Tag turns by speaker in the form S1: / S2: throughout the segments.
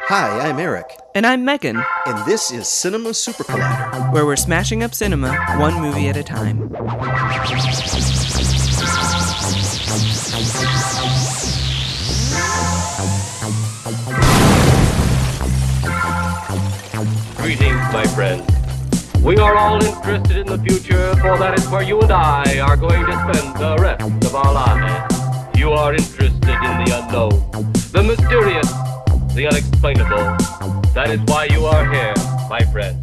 S1: Hi, I'm Eric,
S2: And I'm Megan,
S1: and this is Cinema Super Collider.
S2: where we're smashing up cinema one movie at a time.
S3: Greetings, my friend. We are all interested in the future, for that is where you and I are going to spend the rest of our lives. You are interested in the unknown, the mysterious, the unexplainable. That is why you are here, my friend.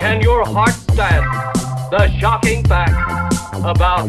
S3: Can your heart stand the shocking fact about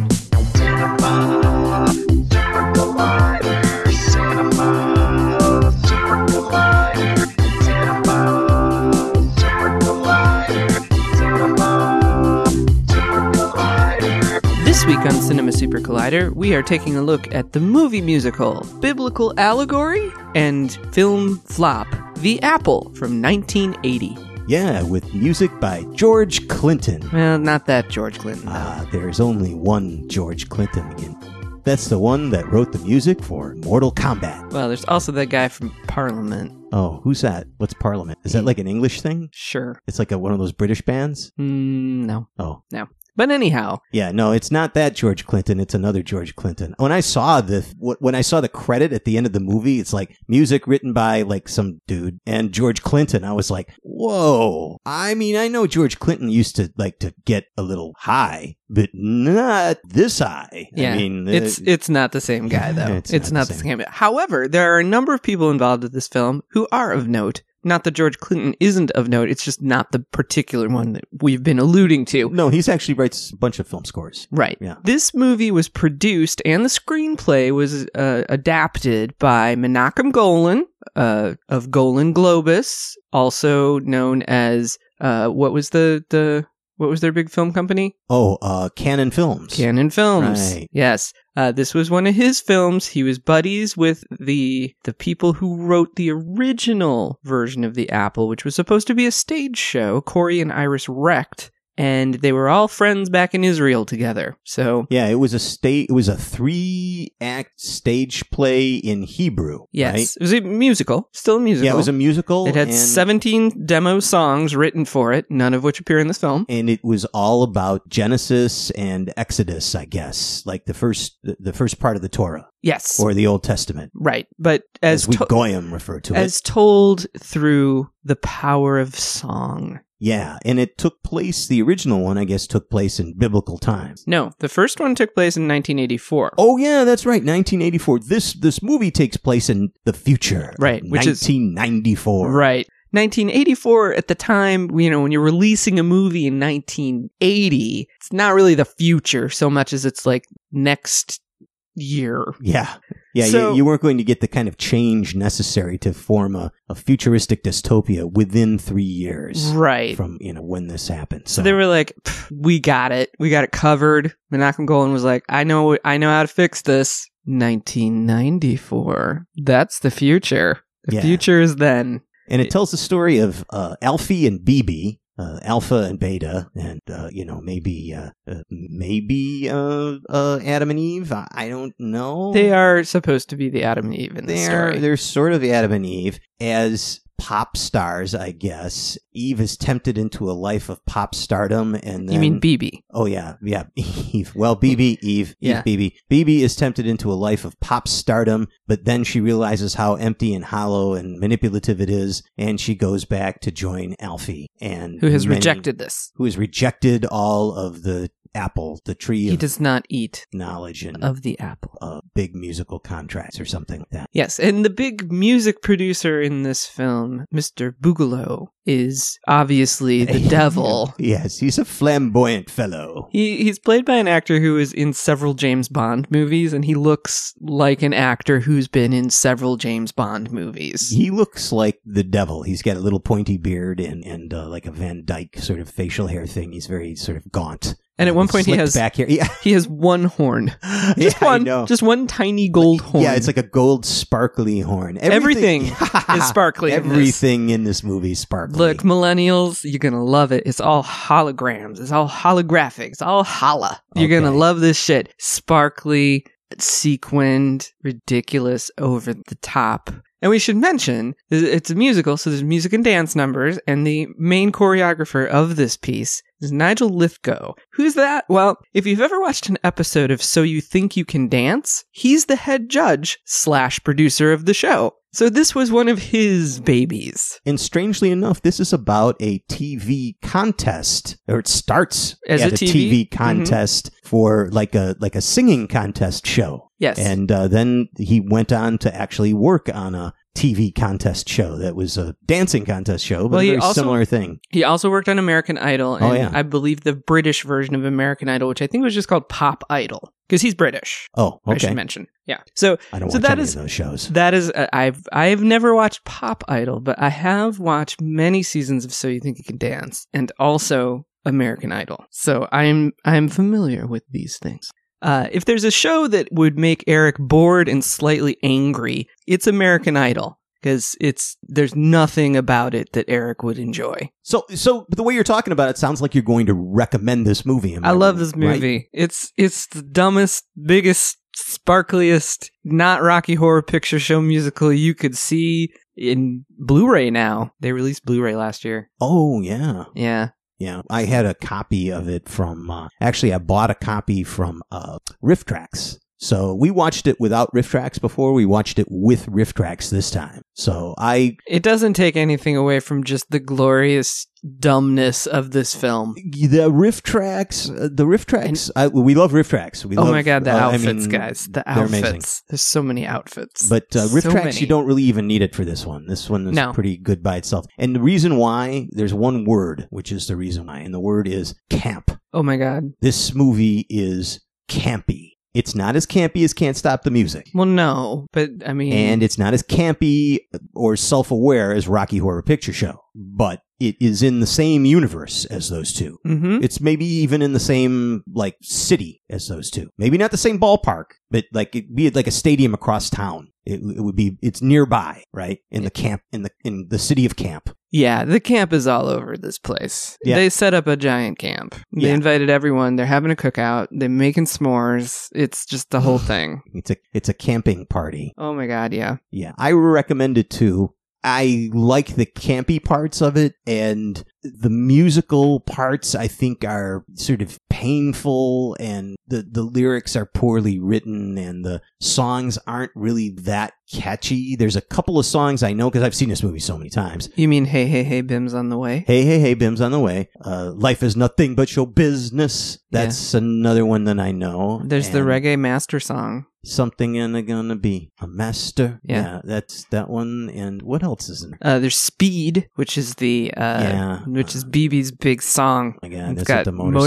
S2: This week on Cinema Super Collider, we are taking a look at the movie musical, biblical allegory, and film flop, The Apple from 1980.
S4: Yeah, with music by George Clinton.
S2: Well, not that George Clinton.
S4: Ah, there's only one George Clinton again. That's the one that wrote the music for Mortal Kombat.
S2: Well, there's also that guy from Parliament.
S4: Oh, who's that? What's Parliament? Is that like an English thing?
S2: Sure.
S4: It's like a, one of those British bands?
S2: Mm, no,
S4: Oh,
S2: no. But anyhow,
S4: yeah, no, it's not that George Clinton. It's another George Clinton. When I saw the wh- when I saw the credit at the end of the movie, it's like music written by like some dude and George Clinton. I was like, whoa. I mean, I know George Clinton used to like to get a little high, but not this high.
S2: Yeah,
S4: I mean,
S2: it's
S4: uh,
S2: it's not the same guy though. it's, not, the same. However, there are a number of people involved with this film who are of note. Not that George Clinton isn't of note. It's just not the particular one that we've been alluding to.
S4: no, he's actually writes a bunch of film scores.
S2: Right.
S4: Yeah.
S2: This movie was produced and the screenplay was uh, adapted by Menachem Golan uh, of Golan Globus, also known as uh, what was the the what was their big film company?
S4: Oh, uh, Canon Films.
S2: Canon Films.
S4: Right.
S2: Yes. Uh, this was one of his films. He was buddies with the the people who wrote the original version of the Apple, which was supposed to be a stage show. Corey and Iris Recht, and they were all friends back in Israel together. So
S4: Yeah, it was a state. It was a three act stage play in Hebrew.
S2: yes,
S4: right?
S2: it was a musical, still a musical.
S4: Yeah, it was a musical.
S2: It had
S4: and-
S2: 17 demo songs written for it, none of which appear in this film.
S4: and it was all about Genesis and Exodus, I guess, like the first the first part of the Torah
S2: Yes.
S4: or the Old Testament,
S2: right. But as
S4: as, we
S2: to-
S4: Goyim refer to it.
S2: as told through the power of song.
S4: Yeah, and it took place. The original one, I guess, took place in biblical times.
S2: No, the first one took place in 1984.
S4: Oh yeah, that's right. 1984. This this movie takes place in the future.
S2: Right, which is-
S4: 1994.
S2: right. 1984 at the time, you know, when you're releasing a movie in 1980, it's not really the future so much as it's like next year.
S4: Yeah. Yeah,
S2: So-
S4: you, you weren't going to get the kind of change necessary to form a, a futuristic dystopia within three years
S2: Right.
S4: from you know when this happened.
S2: so they were like, "Pff, "We got it. We got it covered." Menachem Golan was like, "I know I know how to fix this." 1994. That's the future. The
S4: Yeah.
S2: future is then.
S4: And it tells the story of uh, Alfie and BB, uh, Alpha and Beta, and uh, you know maybe uh, uh, maybe uh, uh, Adam and Eve. I, I don't know.
S2: They are supposed to be the Adam and Eve in this
S4: they're
S2: story.
S4: they're sort of Adam and Eve as pop stars, I guess. Eve is tempted into a life of pop stardom, and then
S2: you mean BB?
S4: Oh yeah, yeah. Eve. Well, BB, Eve,
S2: Yeah.
S4: Eve, BB. BB is tempted into a life of pop stardom, but then she realizes how empty and hollow and manipulative it is, and she goes back to join Alfie, and
S2: who has
S4: many-
S2: rejected this.
S4: who has rejected all of the apple, the tree
S2: He
S4: of
S2: does Oh. not eat
S4: knowledge, and
S2: of the apple.
S4: uh, big musical contracts or something like that.
S2: Yes, and the big music producer in this film, Mr. Boogaloo, is obviously the devil.
S4: yes, he's a flamboyant fellow.
S2: He, he's played by an actor who is in several James Bond movies, and he looks like an actor who's been in several James Bond movies.
S4: He looks like the devil. He's got a little pointy beard and and uh, like a Van Dyke sort of facial hair thing. He's very sort of gaunt. Uh,
S2: And at one point he
S4: Slicked
S2: has-
S4: back hair. Yeah,
S2: He has one horn, just
S4: Yeah, I
S2: one,
S4: know.
S2: just one tiny gold horn.
S4: yeah, it's like a gold sparkly horn.
S2: Everything is sparkly in this.
S4: Everything in this movie is sparkly.
S2: Look, millennials, you're gonna love it. It's all holograms. It's all holographic. It's all holla. You're gonna
S4: Okay.
S2: love this shit. Sparkly, sequined, ridiculous, over the top. And we should mention th- it's a musical, so there's music and dance numbers, and the main choreographer of this piece is Nigel Lithgow. Who's that? Well, if you've ever watched an episode of So You Think You Can Dance, he's the head judge slash producer of the show. So this was one of his babies.
S4: And strangely enough, this is about a TV contest, or it starts
S2: As
S4: at
S2: a Mm-hmm. TV?
S4: TV contest for like a like a singing contest show.
S2: Yes.
S4: And uh, then he went on to actually work on a TV contest show that was a dancing contest show, but
S2: Well,
S4: a
S2: he
S4: very
S2: also-
S4: similar thing.
S2: He also worked on American Idol and
S4: Oh, yeah.
S2: I believe the British version of American Idol, which I think was just called Pop Idol because he's British.
S4: Oh,
S2: I should
S4: okay.
S2: mention. Yeah. So
S4: I don't
S2: So
S4: watch
S2: that
S4: any
S2: is-
S4: of those shows.
S2: that is uh, I've I've never watched Pop Idol, but I have watched many seasons of So You Think You Can Dance and also American Idol. So I'm I'm familiar with these things. Uh, if there's a show that would make Eric bored and slightly angry, it's American Idol because it's there's nothing about it that Eric would enjoy.
S4: So, so the way you're talking about it sounds like you're going to recommend this movie. am
S2: I love
S4: right?
S2: this movie. It's it's the dumbest, biggest, sparkliest, not Rocky Horror Picture Show musical you could see in Blu-ray now. They released Blu-ray last year.
S4: Oh yeah,
S2: Yeah.
S4: yeah. I had a copy of it from. Uh, actually, I bought a copy from uh, Riff Tracks. So we watched it without Riff Tracks before. We watched it with Riff Tracks this time. So I
S2: It doesn't take anything away from just the glorious dumbness of this film.
S4: the Riff Tracks, uh, the Riff Tracks. I, we love Riff Tracks. We
S2: oh
S4: love,
S2: my god, the
S4: uh, I
S2: outfits,
S4: mean,
S2: guys. The
S4: they're
S2: outfits.
S4: amazing.
S2: There's so many outfits.
S4: But uh, riff
S2: So
S4: tracks,
S2: many.
S4: you don't really even need it for this one. This one is
S2: No.
S4: pretty good by itself. And the reason why there's one word, which is the reason why, and the word is camp.
S2: Oh my god.
S4: This movie is campy. It's not as campy as Can't Stop the Music.
S2: Well, no, but I mean
S4: And it's not as campy or self aware as Rocky Horror Picture Show, but it is in the same universe as those two.
S2: Mhm.
S4: It's maybe even in the same like city as those two. Maybe not the same ballpark, but like it'd be like a stadium across town. It, it would be it's nearby, right? In the camp in the in the city of camp.
S2: Yeah, the camp is all over this place.
S4: Yeah.
S2: They set up a giant camp. They
S4: Yeah.
S2: invited everyone. They're having a cookout. They're making s'mores. It's just the whole thing.
S4: It's a it's a camping party.
S2: Oh my god, yeah.
S4: Yeah, I recommend it too. I like the campy parts of it, and the musical parts I think are sort of painful, and the, the lyrics are poorly written, and the songs aren't really that catchy. There's a couple of songs I know because I've seen this movie so many times.
S2: You mean hey hey hey Bim's on the way?
S4: Hey, hey, hey, Bim's on the way. Uh, Life is nothing but your business. That's another one that I know.
S2: There's the
S4: And
S2: reggae master song.
S4: Something and a gonna be a master.
S2: Yeah.
S4: that's that one. And what else is in there?
S2: Uh, there's speed, which is the uh,
S4: Yeah.
S2: which is BB's big song.
S4: Oh my God,
S2: It's
S4: that's
S2: got
S4: got the motorcycles.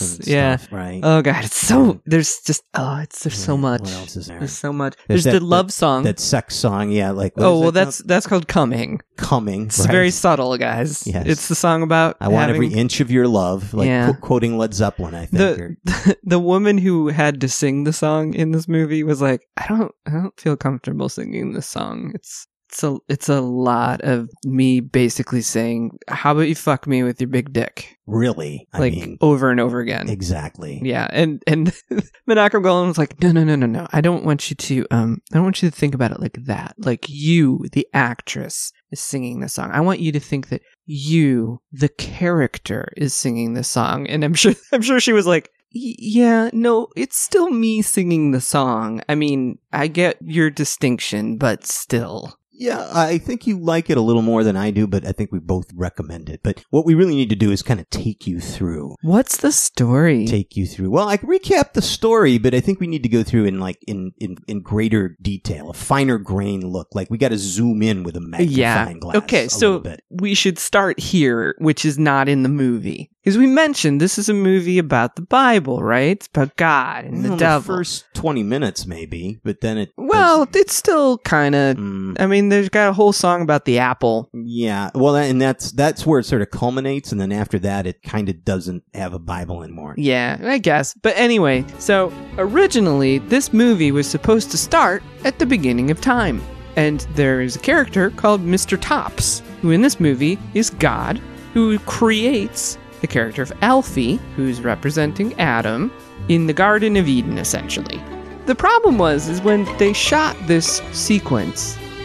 S2: motorcycles,
S4: and
S2: yeah.
S4: stuff, right.
S2: Oh god, it's so there's just oh it's there's so
S4: Yeah,
S2: much.
S4: What else is there?
S2: There's so much. There's,
S4: There's that-
S2: the love song.
S4: that sex song, yeah, like what
S2: oh
S4: is
S2: well,
S4: that now?
S2: that's that's called coming.
S4: coming.
S2: It's
S4: right?
S2: very subtle, guys.
S4: Yes.
S2: It's the song about
S4: I want
S2: having-
S4: every inch of your love, like
S2: Yeah.
S4: qu- quoting Led Zeppelin. I think.
S2: the,
S4: or-
S2: the woman who had to sing the song in this movie was like, I don't I don't feel comfortable singing this song. It's it's a it's a lot of me basically saying, How about you fuck me with your big dick?
S4: really, I
S2: like
S4: mean,
S2: over and over again.
S4: exactly.
S2: Yeah, and and Menachem Golan was like, no, no, no, no, no. I don't want you to um, I don't want you to think about it like that. Like you, the actress, is singing the song. I want you to think that you, the character, is singing the song. And I'm sure, I'm sure she was like, "Y- yeah, no, it's still me singing the song. I mean, I get your distinction, but still,
S4: Yeah, I think you like it a little more than I do, but I think we both recommend it. But what we really need to do is kind of take you through.
S2: what's the story?
S4: Take you through. Well, I can recap the story, but I think we need to go through in like in in, in greater detail, a finer grain look. Like we got to zoom in with a magnifying glass.
S2: Okay,
S4: a
S2: so
S4: little bit.
S2: we should start here, which is not in the movie. Because we mentioned this is a movie about the Bible, right? It's about God and
S4: Well,
S2: the devil.
S4: first twenty minutes, maybe, but then it.
S2: well, it's still kind of.
S4: Mm,
S2: I mean, there's got a whole song about the apple.
S4: yeah. Well, and that's that's where it sort of culminates, and then after that, it kind of doesn't have a Bible anymore.
S2: Yeah, I guess. But anyway, so originally, this movie was supposed to start at the beginning of time. And there is a character called Mr. Tops, who in this movie is God, who creates the character of Alfie, who's representing Adam, in the Garden of Eden, essentially. The problem was is when they shot this sequence,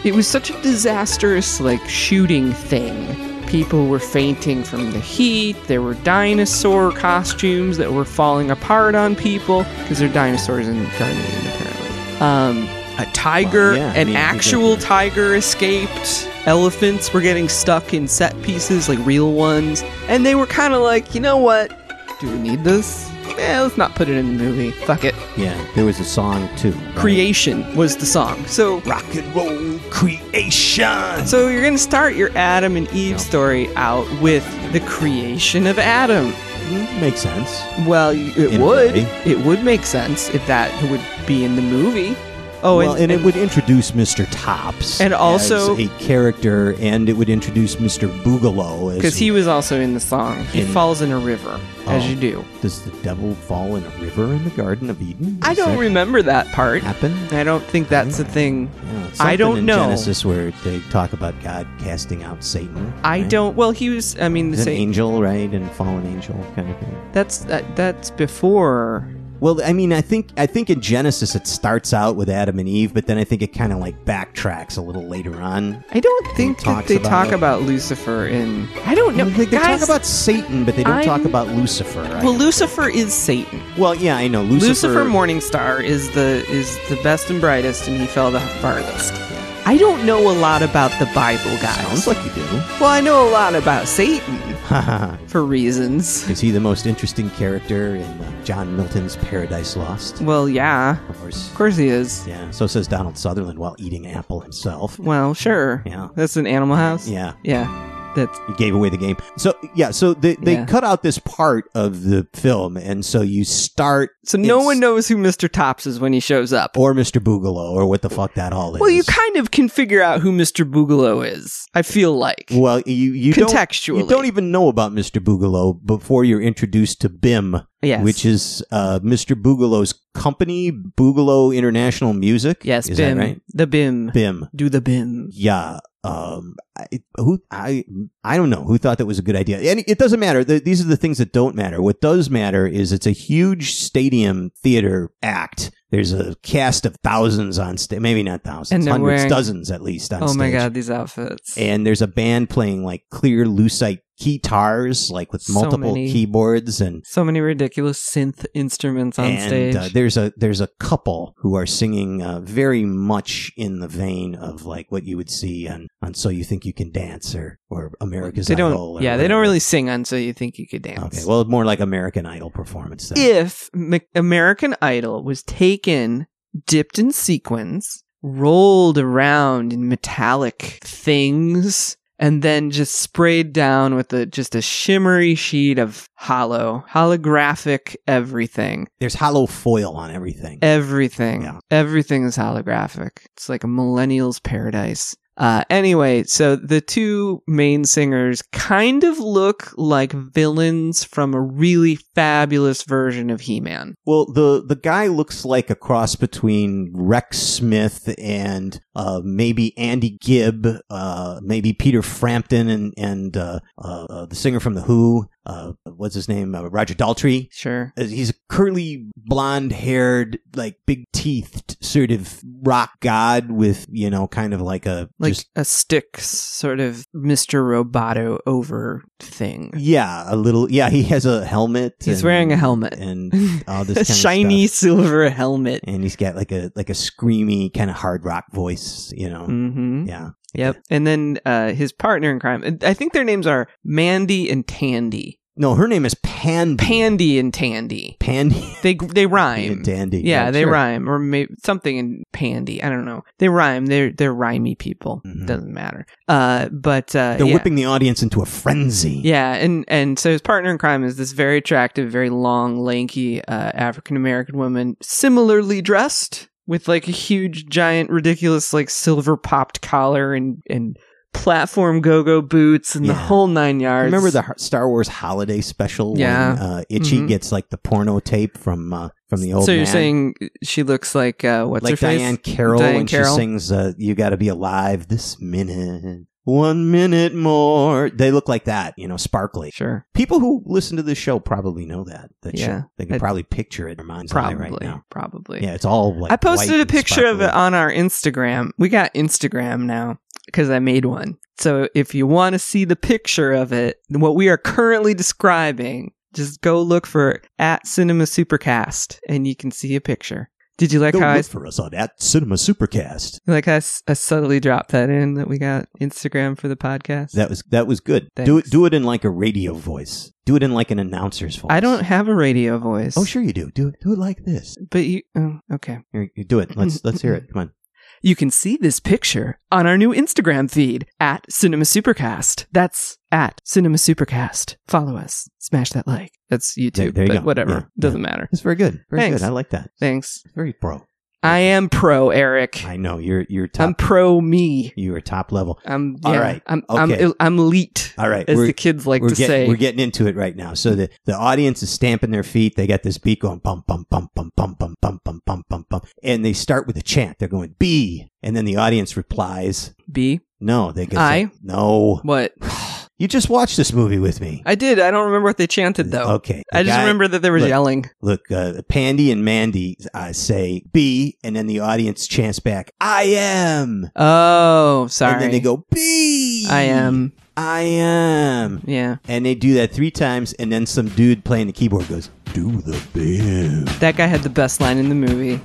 S2: It was such a disastrous, like, shooting thing. People were fainting from the heat. There were dinosaur costumes that were falling apart on people because they're dinosaurs in Darnation, apparently. Um, a tiger,
S4: Well, yeah, I
S2: an
S4: mean, because-
S2: actual tiger escaped. Elephants were getting stuck in set pieces, like real ones. And they were kind of like, you know what? Do we need this? Eh, let's not put it in the movie. Fuck it.
S4: Yeah, there was a song too.
S2: Creation was the song. So
S4: rock and roll creation.
S2: So you're going to start your Adam and Eve
S4: No.
S2: story out with the creation of Adam.
S4: Mm-hmm. Makes sense.
S2: Well, y- it
S4: In a
S2: would.
S4: way.
S2: It would make sense if that would be in the movie. Oh,
S4: well,
S2: and,
S4: and, it would introduce Mr. Tops
S2: And also-
S4: as a character, and it would introduce Mr. Boogaloo as
S2: because he was also in the song. He
S4: In-
S2: falls in a river, as
S4: Oh.
S2: you do.
S4: does the devil fall in a river in the Garden of Eden?
S2: I
S4: Does
S2: don't
S4: that
S2: remember that part.
S4: happen.
S2: I don't think that's a thing.
S4: Yeah, it's
S2: I
S4: something
S2: don't
S4: in
S2: know.
S4: Genesis where they talk about God casting out Satan.
S2: I
S4: right?
S2: don't. Well, he was. I mean, the
S4: He's an
S2: same.
S4: angel, right, and fallen angel kind of thing.
S2: That's that, that's before.
S4: Well, I mean, I think I think in Genesis it starts out with Adam and Eve, but then I think it kind of like backtracks a little later on.
S2: I don't think that
S4: talks
S2: they
S4: about
S2: talk
S4: it.
S2: about Lucifer in. I don't know.
S4: I think they
S2: Guys,
S4: talk about Satan, but they don't talk
S2: I'm-
S4: about Lucifer. I
S2: well,
S4: don't
S2: Lucifer is Satan.
S4: think. well, yeah, I know Lucifer.
S2: Lucifer, Morningstar is the is the best and brightest, and he fell the farthest. I don't know a lot about the Bible, guys.
S4: Sounds like you do.
S2: well, I know a lot about Satan
S4: Haha.
S2: for reasons.
S4: Is he the most interesting character in uh, John Milton's Paradise Lost?
S2: Well, yeah,
S4: Of course.
S2: of course he is.
S4: Yeah. So says Donald Sutherland while eating apple himself.
S2: Well, sure.
S4: Yeah.
S2: that's an Animal House.
S4: Yeah.
S2: yeah, that's
S4: You gave away the game. So yeah, so they, they
S2: Yeah.
S4: cut out this part of the film, and so you start
S2: so. No
S4: It's-
S2: one knows who Mister Tops is when he shows up.
S4: or Mr. Boogaloo or what the fuck that all is.
S2: Well, you kind of can figure out who Mister Boogaloo is. I feel like.
S4: well you you don't-
S2: Contextually.
S4: you don't even know about Mr. Boogaloo before you're introduced to BIM,
S2: yes,
S4: which is uh, Mr. Boogaloo's company, Boogaloo International Music.
S2: yes,
S4: is
S2: Bim,
S4: that right?
S2: the Bim,
S4: BIM.
S2: do the Bim.
S4: yeah um I, who i i don't know who thought that was a good idea and it doesn't matter Th these are the things that don't matter what does matter is it's a huge stadium theater act there's a cast of thousands on stage maybe not thousands
S2: And they're
S4: hundreds
S2: wearing-
S4: dozens at least on
S2: Oh
S4: stage
S2: my God, these outfits.
S4: and there's a band playing like clear lucite guitars like with
S2: So
S4: multiple
S2: many.
S4: keyboards and
S2: So many ridiculous synth instruments on
S4: and
S2: stage.
S4: Uh, there's a there's a couple who are singing uh, very much in the vein of like what you would see on, on So You Think You Can Dance or or America's
S2: they don't.
S4: Idol. or
S2: yeah, they don't
S4: whatever.
S2: really sing on "So You Think You Could Dance."
S4: Okay, well, more like American Idol performance. Then.
S2: if M- American Idol was taken, dipped in sequins, rolled around in metallic things, and then just sprayed down with a just a shimmery sheet of hollow holographic everything.
S4: There's hollow foil on everything.
S2: Everything.
S4: Yeah.
S2: Everything is holographic. It's like a millennial's paradise. Uh, anyway, so the two main singers kind of look like villains from a really fabulous version of He Man.
S4: well, the the guy looks like a cross between Rex Smith and uh, maybe Andy Gibb, uh, maybe Peter Frampton, and and uh, uh, uh, the singer from the Who. Uh, what's his name? Uh, Roger Daltrey.
S2: Sure.
S4: Uh, he's a curly blonde haired like big teethed sort of rock god with you know kind of like a
S2: Like
S4: just
S2: a Styx sort of Mr. Roboto over thing.
S4: yeah a little yeah he has a helmet
S2: He's wearing a helmet.
S4: and all this
S2: a
S4: kind
S2: shiny
S4: of stuff.
S2: silver helmet.
S4: and he's got like a like a screamy kind of hard rock voice you know
S2: hmm
S4: yeah
S2: Yep. And then uh, his partner in crime. I think their names are Mandy and Tandy.
S4: no her name is Pandy
S2: Pandy and Tandy.
S4: Pandy
S2: They they rhyme.
S4: and Dandy
S2: Yeah, they
S4: sure.
S2: rhyme, or maybe something in pandy. I don't know. They rhyme. They're they're rhymey people.
S4: Mhm.
S2: Doesn't matter. Uh, but uh,
S4: they're
S2: yeah.
S4: whipping the audience into a frenzy
S2: Yeah, and and so his partner in crime is this very attractive, very long, lanky uh, African American woman, similarly dressed with like a huge, giant, ridiculous, like silver popped collar and and platform go go boots and the
S4: Yeah.
S2: whole nine yards.
S4: Remember the Ho- Star Wars holiday special?
S2: Yeah.
S4: When, uh, Itchy
S2: Mhm.
S4: gets like the porno tape from uh, from the old.
S2: So you're
S4: man.
S2: saying she looks like uh, what's her
S4: like
S2: face?
S4: Diane Carroll
S2: Diane
S4: when
S2: Carroll?
S4: she sings uh, "You Got to Be Alive This Minute." one minute more. They look like that, you know, sparkly.
S2: Sure.
S4: People who listen to this show probably know that. that
S2: Yeah.
S4: show. They can
S2: It-
S4: probably picture it in their mind's eye
S2: Probably.
S4: right now.
S2: Probably.
S4: Yeah, it's all like
S2: I posted
S4: white
S2: a picture
S4: and
S2: of it
S4: sparkly.
S2: on our Instagram. We got Instagram now because I made one. So if you want to see the picture of it, what we are currently describing, just go look for at Cinema Supercast and you can see a picture. Did you like
S4: Go
S2: how I,
S4: look for us on at Cinema Supercast.
S2: you like I, s- I subtly dropped that in that we got Instagram for the podcast?
S4: That was that was good. Do
S2: Thanks.
S4: it do it in like a radio voice. Do it in like an announcer's voice.
S2: I don't have a radio voice.
S4: Oh sure you do. Do it do it like this.
S2: But you, oh, okay.
S4: Here, you do it. Let's let's hear it. Come on.
S2: You can see this picture on our new Instagram feed at Cinema Supercast. That's at Cinema Supercast. Follow us. Smash that like. That's YouTube.
S4: There- there you
S2: but
S4: go.
S2: whatever.
S4: Yeah,
S2: Doesn't matter.
S4: It's very good. Very
S2: Thanks.
S4: good. I like that.
S2: Thanks.
S4: Very pro.
S2: I am pro Eric.
S4: I know you're you're top.
S2: I'm pro me.
S4: you are top level.
S2: I'm yeah,
S4: All right.
S2: I'm
S4: Okay.
S2: I'm I'm elite,
S4: All right.
S2: as
S4: we're,
S2: the kids like
S4: we're
S2: to
S4: getting,
S2: say.
S4: we're getting into it right now. So the, the audience is stamping their feet. They got this beat going bum bum bum bum bum bum bum bum bum bum bum, and they start with a chant. They're going B, and then the audience replies.
S2: B.
S4: No, they go
S2: I?
S4: no.
S2: What?
S4: You just watched this movie with me.
S2: I did. I don't remember what they chanted though.
S4: Okay.
S2: I
S4: The
S2: just
S4: guy-
S2: remember that there was
S4: look.
S2: yelling.
S4: Look, uh, Pandy and Mandy uh, say B, and then the audience chants back, I am.
S2: Oh, sorry.
S4: And then they go, B.
S2: I am.
S4: I am.
S2: Yeah.
S4: And they do that three times, and then some dude playing the keyboard goes, Do the bam.
S2: That guy had the best line in the movie.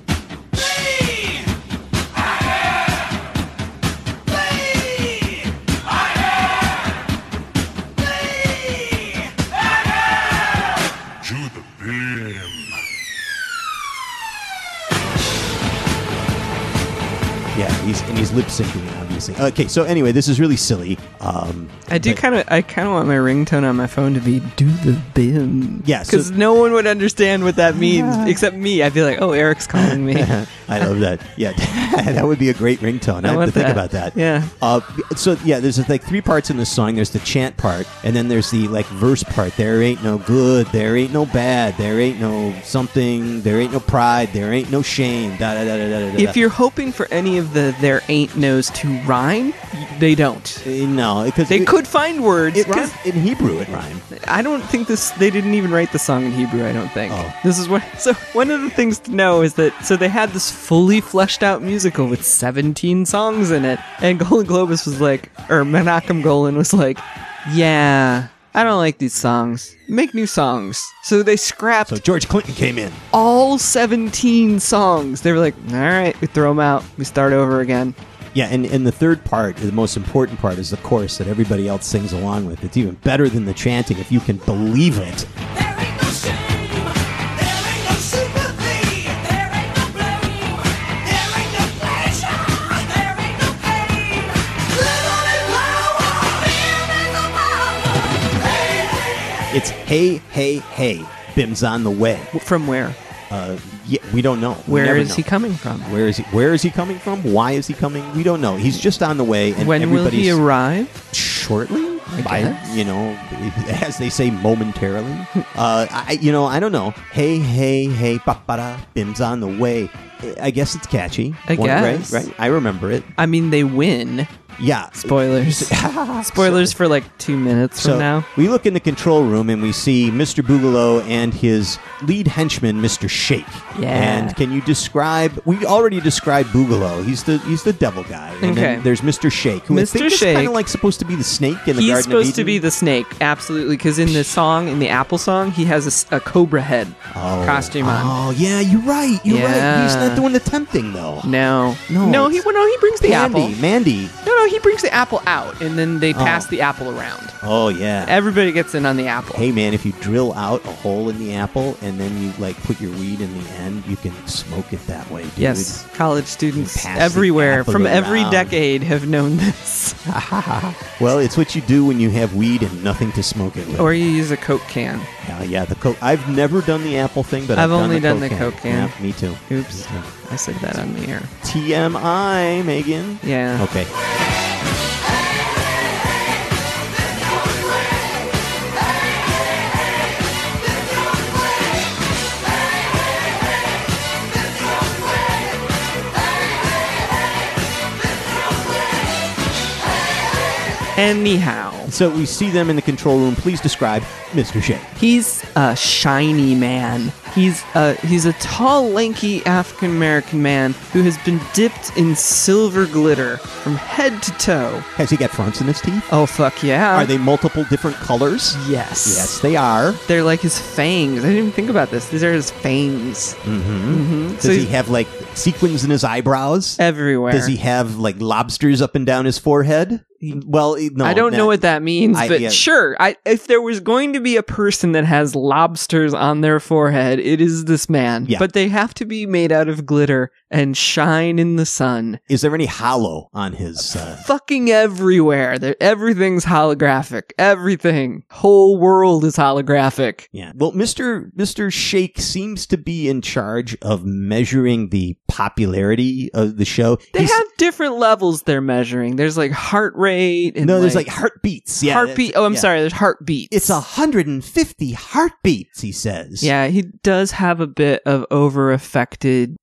S4: Yeah, he's, and he's lip syncing, it, obviously. Okay, so anyway, this is really silly. Um,
S2: I do
S4: but-
S2: kind of, I kind of want my ringtone on my phone to be "Do the Bim."
S4: Yeah, so-
S2: because no one would understand what that means except me. I'd be like, "Oh, Eric's calling me." I
S4: I love that. Yeah, that would be a great ringtone. I, have to
S2: want
S4: think
S2: that.
S4: about that.
S2: Yeah,
S4: Uh, so yeah, there's like three parts in the song. There's the chant part, and then there's the like verse part. There ain't no good, there ain't no bad, there ain't no something, there ain't no pride, there ain't no shame. Da da da da da da.
S2: if you're hoping for any of the "there ain't knows" to rhyme, y- they don't.
S4: you're Uh, no, because
S2: They
S4: it,
S2: could find words
S4: It rhymed
S2: because
S4: in Hebrew. It rhymed.
S2: I don't think this. They didn't even write the song in Hebrew. I don't think.
S4: Oh.
S2: This is what. So one of the things to know is that so they had this fully fleshed out musical with 17 songs in it, and Golden Globus was like, or Menachem Golan was like, yeah. I don't like these songs. Make new songs. So they scrapped
S4: So George Clinton came in.
S2: all 17 songs. They were like, all right, we throw them out. We start over again.
S4: Yeah, and, and the third part, the most important part, is the chorus that everybody else sings along with. It's even better than the chanting, if you can believe it.
S5: There ain't no shame, there ain't no sympathy, there ain't no blame, there ain't no pleasure, there ain't no pain. Little in power, big in the power. Hey, hey, hey.
S4: It's hey, hey, hey, Bim's on the way.
S2: From where?
S4: Uh, yeah, we don't know. We
S2: Where
S4: never
S2: is
S4: know.
S2: he coming from?
S4: Where is he? Where is he coming from? Why is he coming? We don't know. He's just on the way, and
S2: when will
S4: everybody's
S2: he arrive?
S4: shortly. By,
S2: guess.
S4: you know, as they say, momentarily. uh, I, you know, I don't know. Hey, hey, hey, ba ba da, Bim's on the way. I guess it's catchy.
S2: I
S4: One-
S2: guess.
S4: right, right. I remember it.
S2: I mean, they win.
S4: Yeah.
S2: Spoilers. Spoilers for like two minutes from
S4: So
S2: now.
S4: we look in the control room and we see Mr. Boogaloo and his lead henchman, Mr. Shake.
S2: Yeah.
S4: And can you describe? We already described Boogaloo. He's the he's the devil guy. And
S2: Okay.
S4: then there's Mr. Shake, who
S2: Mr.
S4: I think is
S2: Shake-
S4: kind of like supposed to be the snake in the
S2: He's
S4: Garden
S2: supposed
S4: of
S2: to
S4: Eden.
S2: be the snake, absolutely, because in the song, in the Apple song, he has a s- a, cobra head
S4: oh.
S2: costume on.
S4: Oh yeah, you're right. You're right. He's
S2: Yeah.
S4: not doing the tempting though.
S2: No,
S4: No,
S2: no, he
S4: it's-
S2: well, no he brings the
S4: Mandy,
S2: apple.
S4: Mandy.
S2: No, no, he brings the apple out, and then they pass
S4: Oh.
S2: the apple around.
S4: Oh yeah.
S2: Everybody gets in on the apple.
S4: Hey man, if you drill out a hole in the apple and then you like put your weed in the end, you can smoke it that way, dude.
S2: yes, college
S4: You
S2: students
S4: pass the
S2: everywhere
S4: apple
S2: from every
S4: around.
S2: decade have known this.
S4: Well, it's what you do when you have weed and nothing to smoke it with.
S2: or you use a Coke can.
S4: yeah, yeah, the coke. I've never done the apple thing, but I've,
S2: I've only done the
S4: cocaine.
S2: Coke can.
S4: Yeah, me too.
S2: Oops, I said that on the air.
S4: TMI, Megan.
S2: Yeah.
S4: Okay.
S2: Anyhow,
S4: So we see them in the control room. Please describe Mr. Shea.
S2: he's a shiny man. He's a he's a tall, lanky African American man who has been dipped in silver glitter from head to toe.
S4: Has he got fronts in his teeth?
S2: Oh fuck yeah!
S4: Are they multiple different colors?
S2: Yes.
S4: Yes, they are.
S2: They're like his fangs. I didn't even think about this. These are his fangs. Mm-hmm.
S4: Does
S2: So
S4: he
S2: he's
S4: have like sequins in his eyebrows?
S2: everywhere.
S4: Does he have like lobsters up and down his forehead? Well, e- no.
S2: I don't know what that means,
S4: I-
S2: but
S4: yeah.
S2: sure. I, if there was going to be a person that has lobsters on their forehead, it is this man.
S4: Yeah.
S2: But they have to be made out of glitter and shine in the sun.
S4: Is there any hollow on his? Uh,
S2: Fucking everywhere. They're, everything's holographic. Everything. Whole world is holographic.
S4: yeah. Well, Mister Mister Shake seems to be in charge of measuring the popularity of the show.
S2: They
S4: He's-
S2: have different levels they're measuring. There's like heart rate and
S4: no. there's like heartbeats. Yeah, that's-
S2: heartbeat. Oh, I'm
S4: yeah.
S2: sorry. There's heartbeat.
S4: It's 150 heartbeats, he says.
S2: Yeah, he does have a bit of over affected,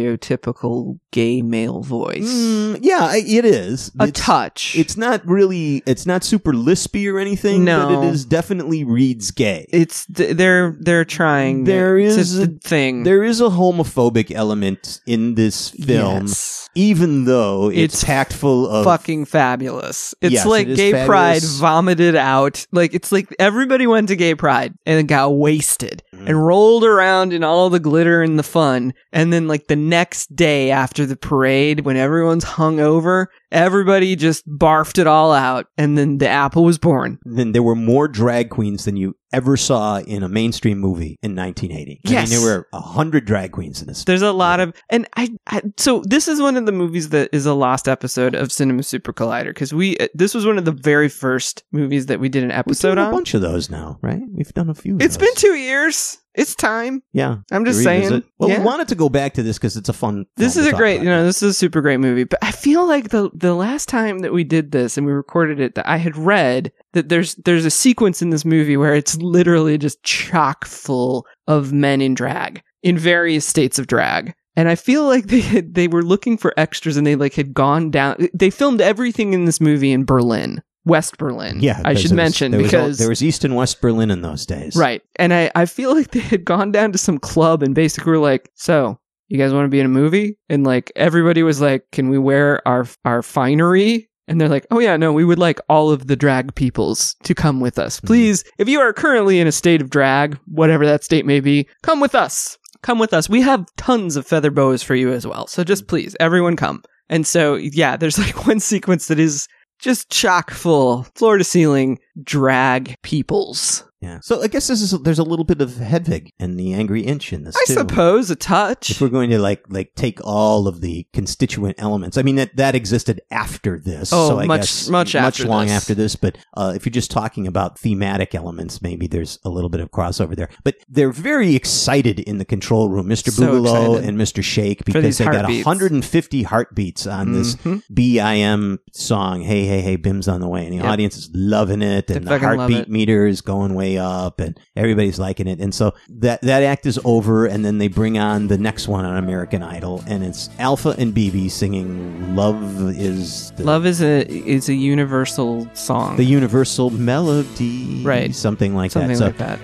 S2: stereotypical gay male voice.
S4: Mm, yeah, I- it is.
S2: a
S4: it's,
S2: touch.
S4: It's not really. It's not super lispy or anything.
S2: No.
S4: but it is definitely reads gay.
S2: it's th- they're they're trying.
S4: There
S2: it.
S4: is
S2: it's
S4: a-
S2: a thing.
S4: there is a homophobic element in this film,
S2: Yes.
S4: even though it's,
S2: It's
S4: packed full of
S2: Fucking fabulous. It's
S4: Yes,
S2: like
S4: it is
S2: gay pride
S4: fabulous.
S2: vomited out. Like it's like everybody went to gay pride and got wasted
S4: Mm-hmm.
S2: and rolled around in all the glitter and the fun. And then like the next day after the parade, when everyone's hung over, everybody just barfed it all out and then the apple was born.
S4: Then there were more drag queens than you ever saw in a mainstream movie in 1980. I mean,
S2: Yes.
S4: there were a hundred drag queens in this.
S2: There's a lot of, and I, I, so this is one of the movies that is a lost episode of Cinema Super Collider because we, uh, this was one of the very first movies that we did an
S4: We've
S2: episode
S4: done a
S2: on.
S4: bunch of those now, right? We've done a few. of
S2: It's
S4: those.
S2: been two years. It's time.
S4: Yeah,
S2: I'm
S4: to
S2: just
S4: revisit.
S2: saying.
S4: Well,
S2: Yeah.
S4: we wanted to go back to this because it's a fun.
S2: This
S4: film
S2: is
S4: to
S2: a
S4: talk
S2: great,
S4: about.
S2: you know, this is a super great movie. But I feel like the the last time that we did this and we recorded it, that I had read that there's there's a sequence in this movie where it's literally just chock full of men in drag in various states of drag. And I feel like they had, they were looking for extras and they like had gone down. They filmed everything in this movie in Berlin, West Berlin.
S4: Yeah,
S2: I
S4: because
S2: should
S4: there was-
S2: mention
S4: there was-
S2: because
S4: there was East and West Berlin in those days,
S2: Right. And I, I feel like they had gone down to some club and basically were like, so you guys want to be in a movie? And like everybody was like, can we wear our our finery? And they're like, oh yeah, no, we would like all of the drag peoples to come with us. Please, if you are currently in a state of drag, whatever that state may be, come with us. Come with us. We have tons of feather boas for you as well. So just please, everyone come. And so, yeah, there's like one sequence that is just chock full, floor to ceiling, drag peoples.
S4: Yeah. So I guess this is there's a little bit of Hedwig and the Angry Inch in this.
S2: I
S4: too.
S2: suppose a touch.
S4: If we're going to like like take all of the constituent elements, I mean that that existed after this.
S2: Oh,
S4: so I
S2: much-
S4: guess
S2: much after
S4: long
S2: this.
S4: after this. But uh, if you're just talking about thematic elements, maybe there's a little bit of crossover there. But they're very excited in the control room, Mr.
S2: So
S4: Boogaloo
S2: excited.
S4: and Mr. Shake,
S2: these
S4: because they got
S2: heartbeats.
S4: 150 heartbeats on this
S2: Mhm.
S4: BIM song. Hey, hey, hey, BIM's on the way, and the
S2: Yep.
S4: audience is loving it,
S2: They
S4: and the
S2: fucking love it.
S4: heartbeat meter is going way up and everybody's liking it. And so that that act is over and then they bring on the next one on American Idol and it's Alpha and BB singing Love is the,
S2: Love is a is a universal song.
S4: the universal melody.
S2: Right.
S4: Something like
S2: Something
S4: that. So
S2: like that.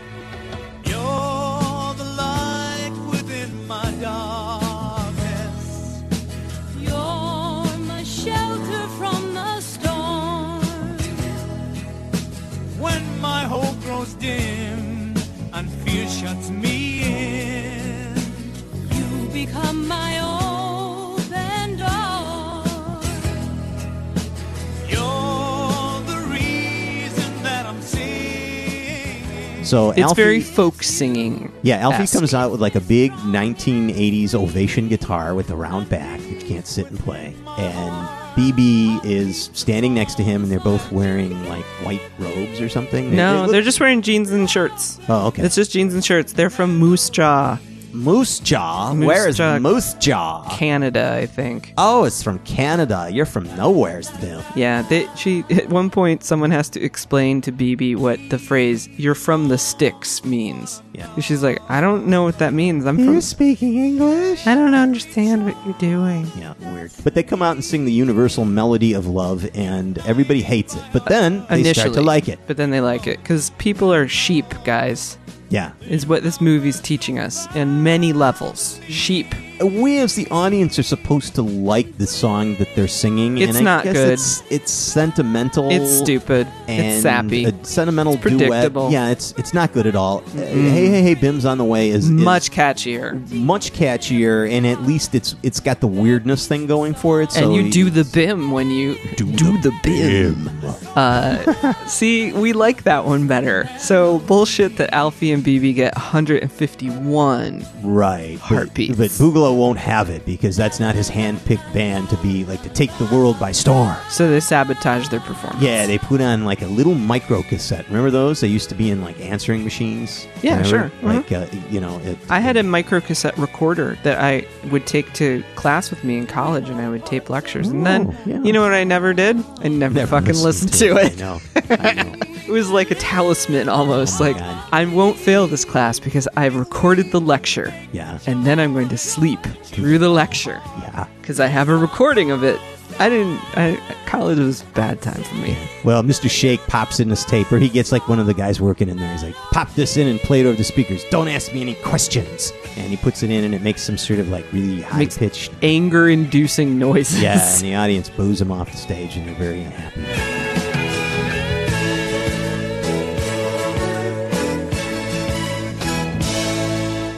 S5: You're the light within my darkness.
S6: You're my shelter from the storm.
S5: When my hope grows dim and fear shuts me in,
S6: You become my open door.
S5: you're the reason that I'm singing.
S4: so
S2: It's
S4: Alfie-
S2: very folk singing.
S4: Yeah, Alfie
S2: esque.
S4: comes out with like a big 1980s ovation guitar with a round back that you can't sit and play. And BB is standing next to him and they're both wearing like white robes or something. They-
S2: No,
S4: they
S2: they're
S4: look-
S2: just wearing jeans and shirts.
S4: Oh, okay.
S2: It's just jeans and shirts. They're from Moose Jaw.
S4: Moose Jaw.
S2: Moose
S4: Where is
S2: Jaw.
S4: Moose Jaw?
S2: Canada, I think.
S4: oh, it's from Canada. You're from nowhere, Bill.
S2: Yeah, they, she at one point someone has to explain to BB what the phrase "you're from the sticks" means.
S4: Yeah.
S2: she's like, I don't know what that means. I'm from.
S4: speaking English?
S2: I don't understand what you're doing.
S4: Yeah, weird. But they come out and sing the universal melody of love, and everybody hates it. But then they
S2: Initially,
S4: start to like it.
S2: but then they like it because people are sheep, guys.
S4: Yeah.
S2: Is what this movie's teaching us in many levels. Sheep.
S4: We as the audience are supposed to like the song that they're singing.
S2: It's
S4: and I
S2: not
S4: guess
S2: good.
S4: It's, it's sentimental.
S2: It's stupid.
S4: And
S2: It's sappy.
S4: A sentimental
S2: It's predictable.
S4: duet. Yeah, it's it's not good at all. Uh, Hey, hey, hey, Bim's on the way is is
S2: Much catchier.
S4: much catchier, and at least it's it's got the weirdness thing going for it. So
S2: and you do the bim when you do, the, bim. Uh, see, we like that one better. So bullshit that Alfie and BB get 151.
S4: right but-
S2: Heartbeats.
S4: But, Bugalo won't have it because that's not his hand-picked band to be like to take the world by storm.
S2: So they sabotage their performance.
S4: Yeah, they put on like a little micro cassette. Remember those? They used to be in like answering machines.
S2: Yeah,
S4: Remember?
S2: sure. uh-huh.
S4: Like uh, you know, it,
S2: I had a micro cassette recorder that I would take to class with me in college, and I would tape lectures. and then,
S4: Oh, yeah.
S2: you know what I never did? I never,
S4: Never
S2: fucking listened to,
S4: I
S2: it.
S4: know. I know.
S2: It was like a talisman almost.
S4: Oh my
S2: like
S4: God.
S2: I won't fail this class because I've recorded the lecture,
S4: Yeah.
S2: and then I'm going to sleep through the lecture.
S4: Yeah.
S2: because I have a recording of it. I didn't. I, college was a bad time for me.
S4: Well, Mr. Shake pops in this tape, or he gets like one of the guys working in there. He's like, pop this in and play it over the speakers. Don't ask me any questions. And he puts it in, and it makes some sort of like really high
S2: Makes-
S4: pitched.
S2: Anger-inducing noises.
S4: Yeah, and the audience boos him off the stage, and they're very unhappy.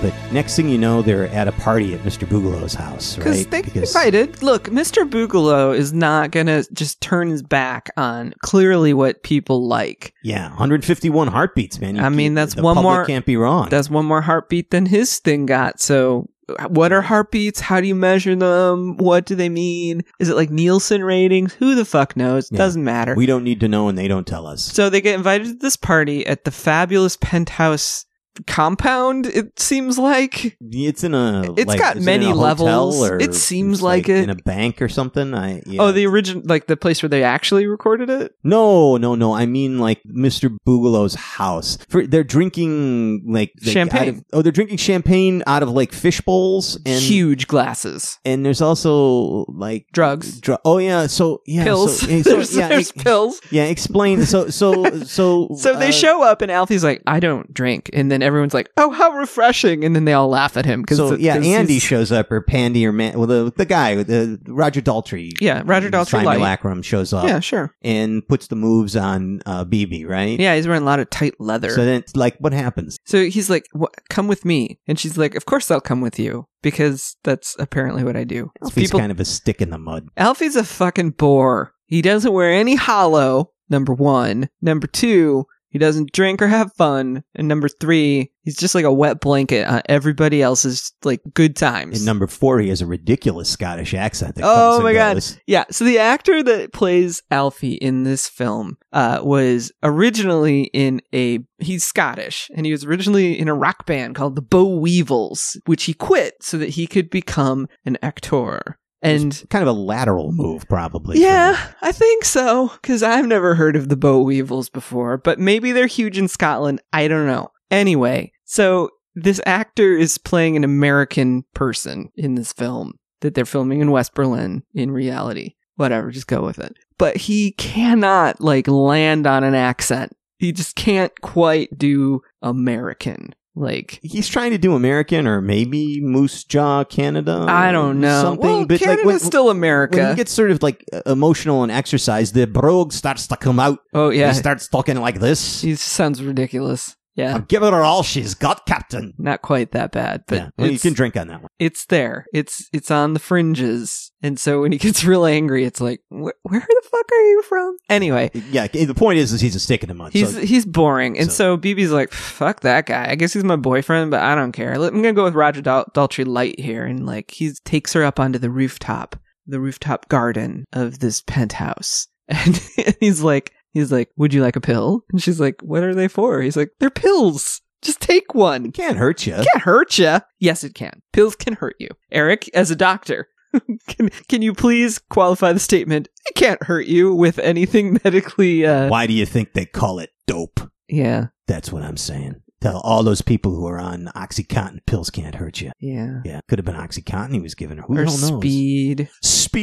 S4: But next thing you know, they're at a party at Mr. Bugelow's house,
S2: because
S4: right?
S2: they get invited. Look, Mr. Bugalo is not gonna just turn his back on clearly what people like.
S4: yeah, 151 heartbeats, man. You
S2: I
S4: can't-
S2: mean, that's
S4: the
S2: one
S4: public
S2: more-
S4: Can't be wrong.
S2: That's one more heartbeat than his thing got. So, what are heartbeats? How do you measure them? What do they mean? Is it like Nielsen ratings? Who the fuck knows?
S4: Yeah.
S2: Doesn't matter.
S4: We don't need to know, and they don't tell us.
S2: So they get invited to this party at the fabulous penthouse compound, it seems like.
S4: It's in a.
S2: It's
S4: like,
S2: got
S4: is it
S2: many
S4: in a hotel
S2: levels.
S4: Or
S2: It seems
S4: it's
S2: like it.
S4: in a bank or something. I yeah.
S2: Oh, the original, like the place where they actually recorded it?
S4: no, no, no. I mean like Mr. Bugelow's house. For, they're drinking like like,
S2: Champagne.
S4: out of- oh, they're drinking champagne out of like fish bowls and
S2: Huge glasses.
S4: and there's also like
S2: Drugs.
S4: dr- oh yeah, so yeah,
S2: pills.
S4: So, yeah, so-
S2: there's
S4: yeah,
S2: there's
S4: ex-
S2: pills.
S4: yeah, explain. So so so.
S2: So they
S4: uh,
S2: show up, and Alfie's like, I don't drink. And then everyone's like, oh, how refreshing. And then they all laugh at him. Cause
S4: So
S2: it-
S4: yeah,
S2: 'cause
S4: Andy
S2: he's-
S4: shows up or Pandy or Man, well, the the guy, the Roger Daltrey.
S2: Yeah, Roger Daltrey.
S4: Simon
S2: Light.
S4: Lackram shows up.
S2: Yeah, sure.
S4: and puts the moves on uh, BB, right?
S2: Yeah, he's wearing a lot of tight leather.
S4: So then, it's like, what happens?
S2: So he's like, "Wha- "Come with me," and she's like, "Of course I'll come with you because that's apparently what I do."
S4: Alfie's
S2: People-
S4: kind of a stick in the mud.
S2: Alfie's a fucking bore. He doesn't wear any hollow. Number one. Number two. He doesn't drink or have fun. And number three, he's just like a wet blanket on everybody else's like good times.
S4: And number four, he has a ridiculous Scottish accent. That
S2: Oh
S4: comes and
S2: my God.
S4: goes.
S2: Yeah, so the actor that plays Alfie in this film uh, was originally in a he's Scottish and he was originally in a rock band called the Bow Weevils, which he quit so that he could become an actor. And
S4: Kind of a lateral move, probably.
S2: yeah, I think so because I've never heard of the Bow Weevils before, but maybe they're huge in Scotland. I don't know. Anyway, so this actor is playing an American person in this film that they're filming in West Berlin in reality. Whatever, just go with it. But he cannot like land on an accent. He just can't quite do American. Like
S4: He's trying to do American or maybe Moose Jaw Canada.
S2: I don't know.
S4: Oh, Something,
S2: well,
S4: but
S2: Canada's
S4: like when,
S2: still America.
S4: when he gets sort of like e-, emotional and exercised, the brogue starts to come out.
S2: oh yeah,
S4: He starts talking like this.
S2: he sounds ridiculous. Yeah.
S4: I'm giving her all she's got, Captain.
S2: not quite that bad, but
S4: yeah, well, you
S2: it's,
S4: can drink on that one.
S2: it's there. It's it's on the fringes, and so when he gets real angry, it's like, "Wh- where the fuck are you from? Anyway,
S4: Yeah, the point is, is he's a stick in the mud.
S2: he's
S4: so-
S2: he's boring, and so,
S4: so-
S2: BB's like, fuck that guy. I guess he's my boyfriend, but I don't care. Let- I'm gonna go with Roger Dal- Daltrey light here, and like he takes her up onto the rooftop, the rooftop garden of this penthouse, and he's like. He's like, "Would you like a pill?" And she's like, "What are they for?" He's like, "They're pills." Just take one.
S4: Can't hurt you.
S2: Can't hurt you. Yes, it can. Pills can hurt you. Eric, as a doctor, can can you please qualify the statement? It can't hurt you with anything medically. Uh,
S4: Why do you think they call it dope?
S2: yeah,
S4: That's what I'm saying. Tell all those people who are on OxyContin pills can't hurt you.
S2: yeah.
S4: Yeah, could have been OxyContin he was giving her. Who the
S2: Or
S4: hell knows?
S2: speed.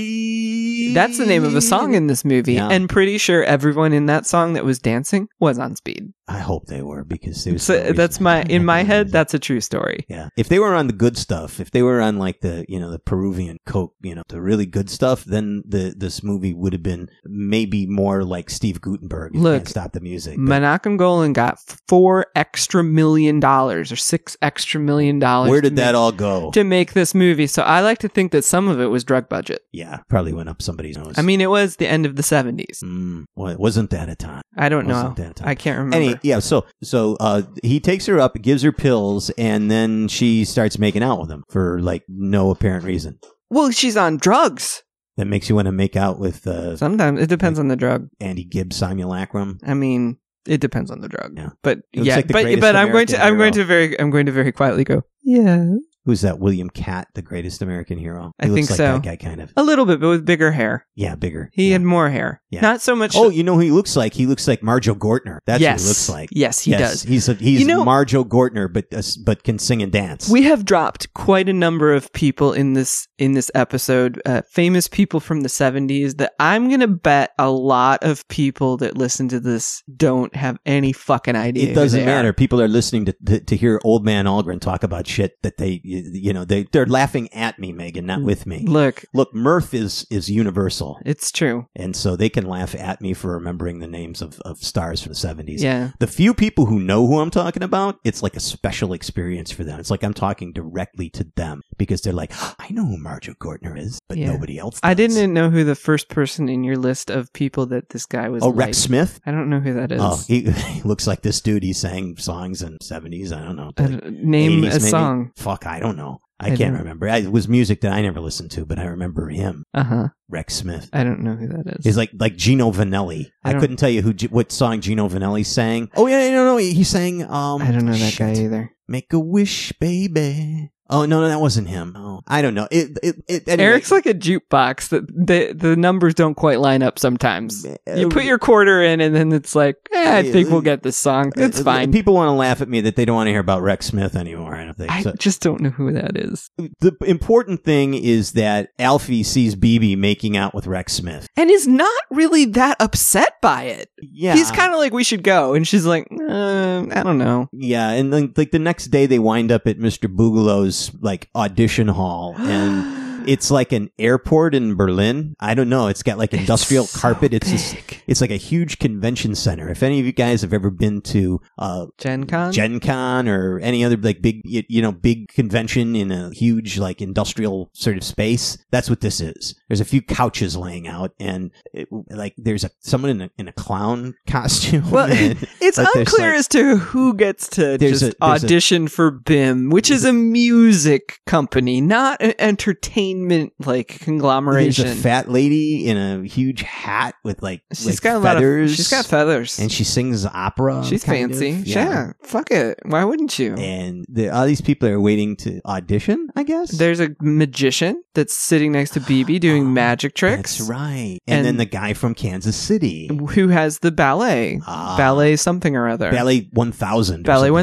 S4: Speed.
S2: That's the name of a song in this movie,
S4: Yeah.
S2: and pretty sure everyone in that song that was dancing was on speed.
S4: I hope they were because there was no
S2: So
S4: reason
S2: that's
S4: I
S2: my
S4: couldn't
S2: in
S4: have
S2: my
S4: done
S2: head.
S4: that.
S2: That's a true story.
S4: Yeah. If they were on the good stuff, if they were on like the, you know, the Peruvian coke, you know, the really good stuff, then the this movie would have been maybe more like Steve Gutenberg. if
S2: Look,
S4: Can't stop the music. But
S2: Menachem Golan got four extra million dollars or six extra million dollars.
S4: where
S2: to
S4: did that
S2: make-
S4: all go?
S2: to make this movie? So I like to think that some of it was drug budget.
S4: yeah, probably went up somebody's nose.
S2: I mean, it was the end of the seventies.
S4: Mm, well, it wasn't that a time?
S2: I don't know.
S4: Wasn't that time.
S2: I can't remember.
S4: Any, yeah. So, so uh, he takes her up, gives her pills, and then she starts making out with him for like no apparent reason.
S2: Well, she's on drugs.
S4: That makes you want to make out with uh,
S2: Sometimes it depends on the drug.
S4: Andy Gibbs simulacrum.
S2: I mean, it depends on the drug.
S4: Yeah.
S2: But
S4: It was
S2: yeah,
S4: like the
S2: but
S4: greatest
S2: but I'm going to
S4: American
S2: I'm going
S4: hero.
S2: to very I'm going to very quietly go. Yeah,
S4: Who's that? William Cat, the greatest American hero.
S2: I
S4: he
S2: think
S4: looks like
S2: so.
S4: That guy kind of.
S2: a little bit, but with bigger hair.
S4: Yeah, bigger.
S2: He
S4: Yeah.
S2: had more hair.
S4: Yeah.
S2: Not so much.
S4: Oh, you know who he looks like? He looks like Marjo Gortner. That's
S2: yes,
S4: what he looks like.
S2: Yes, he
S4: Yes,
S2: does.
S4: He's a, he's
S2: You know-
S4: Marjo Gortner, but uh, but can sing and dance.
S2: We have dropped quite a number of people in this in this episode, uh, famous people from the 70s that I'm going to bet a lot of people that listen to this don't have any fucking idea.
S4: it
S2: who
S4: doesn't
S2: they are.
S4: matter. People are listening to, to to hear old man Algren talk about shit that they you you know they they're laughing at me, Megan, not with me.
S2: Mm. Look,
S4: Look, Murph is is universal,
S2: it's true.
S4: and so they can laugh at me for remembering the names of of stars from the seventies.
S2: Yeah.
S4: The few people who know who I'm talking about, it's like a special experience for them. It's like I'm talking directly to them because they're like, I know who Marjo Gortner is, but
S2: Yeah.
S4: nobody else. Does.
S2: I didn't know who the first person in your list of people that this guy was.
S4: Oh,
S2: like.
S4: Rex Smith.
S2: I don't know who that is.
S4: Oh, he, he looks like this dude. He sang songs in seventies. I don't know.
S2: I don't- Uh, name
S4: 80s
S2: a
S4: maybe?
S2: song.
S4: Fuck, I don't know. I,
S2: I
S4: can't
S2: don't-
S4: remember. I, it was music that I never listened to, but I remember him,
S2: Uh huh.
S4: Rex Smith.
S2: I don't know who that is.
S4: He's like like Gino Vanelli.
S2: I
S4: I,
S2: don't-
S4: couldn't tell you who G- what song Gino Vanelli sang. Oh yeah, no, no, he he sang. Um,
S2: I don't know that
S4: shit.
S2: guy either.
S4: Make a wish, baby. Oh no, no, that wasn't him. Oh, I don't know. It, it, it anyway.
S2: Eric's like a jukebox that the the numbers don't quite line up sometimes.
S4: Uh,
S2: You put your quarter in, and then it's like, eh, I think we'll get this song. It's
S4: Uh,
S2: fine.
S4: People want to laugh at me that they don't want to hear about Rex Smith anymore. I don't think.
S2: I
S4: so.
S2: just don't know who that is.
S4: The important thing is that Alfie sees BB making out with Rex Smith.
S2: And is not really that upset by it.
S4: Yeah,
S2: He's kind of like, we should go. And she's like, uh, I don't know.
S4: Yeah, and then like the next day they wind up at Mr. Bugelow's like audition hall and it's like an airport in Berlin. I don't know. It's got like
S2: It's
S4: industrial
S2: so
S4: carpet. It's just,
S2: big.
S4: it's like a huge convention center. If any of you guys have ever been to uh
S2: Gen Con?
S4: Gen Con or any other like big y- you know big convention in a huge like industrial sort of space, that's what this is. There's a few couches laying out and it, like there's a someone in a, in a clown costume.
S2: well,
S4: and-
S2: it's
S4: Like, there's,
S2: unclear
S4: like-
S2: as to who gets to
S4: There's
S2: just
S4: a- there's a-
S2: audition for BIM, which is a music company, not an entertainment like conglomeration.
S4: There's a fat lady in a huge hat with like,
S2: She's
S4: like
S2: got a
S4: feathers.
S2: lot of. She's got feathers.
S4: and she sings opera.
S2: she's
S4: kind of,
S2: fancy. yeah. fuck it. Why wouldn't you?
S4: And the, all these people are waiting to audition, I guess.
S2: There's a magician that's sitting next to BB doing
S4: Oh,
S2: magic tricks.
S4: That's right. And,
S2: And-
S4: then the guy from Kansas City.
S2: Who has the ballet?
S4: Ah.
S2: ballet something or other.
S4: Ballet 1000. or
S2: Ballet
S4: something.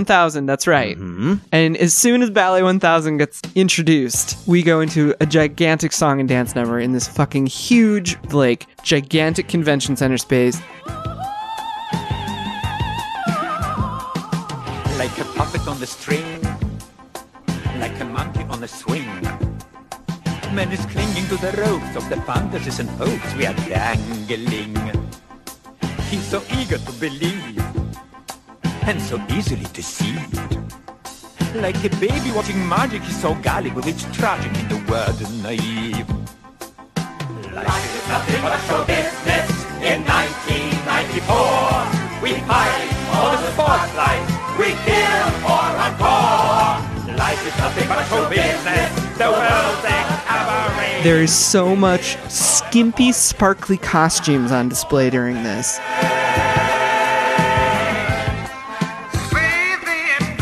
S2: 1000, that's right.
S4: Mhm.
S2: And as soon as Ballet 1000 gets introduced, we go into a gigantic song and dance number in this fucking huge, like, gigantic convention center space.
S7: Like a puppet on the string, like a monkey on a swing. Man is clinging to the ropes of the fantasies and hopes we are dangling. He's so eager to believe, and so easily deceived. Like a baby watching magic, he's so gullible, it's tragic in the word naive. Life is nothing but a show business. In 1994, we fight for the spotlight. We kill for encore. Life is nothing but a show business. The world's cabaret.
S2: There is so much skimpy, sparkly costumes on display during this.
S5: Baby, it's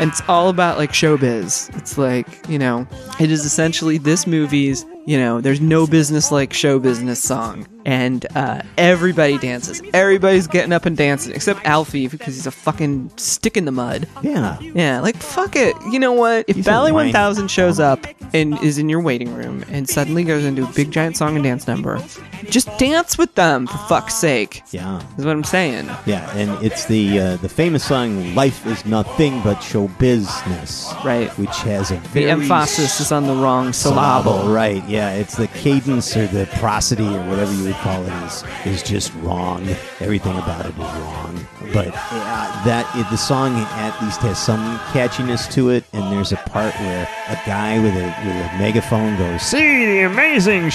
S2: it's all about like showbiz. It's like, you know, it is essentially this movie's, you know, there's no business like show business song. And uh, everybody dances. Everybody's getting up and dancing, except Alfie because he's a fucking stick in the mud.
S4: Yeah.
S2: Yeah, like fuck it. You know what? If
S4: He's a
S2: Valley
S4: whiny.
S2: 1000 shows up and is in your waiting room and suddenly goes into a big giant song and dance number, just dance with them for fuck's sake.
S4: Yeah.
S2: Is what I'm saying.
S4: Yeah, and it's the uh, the famous song "Life is nothing but show business,"
S2: Right.
S4: Which has a
S2: The
S4: very
S2: emphasis is on the wrong
S4: syllable,
S2: syllable.
S4: right? Yeah, it's the cadence or the prosody or whatever you would call it is is just wrong. Everything about it is wrong. But uh, that it, the song at least has some catchiness to it, and there's a part where a guy with a with a megaphone goes, "See."
S2: And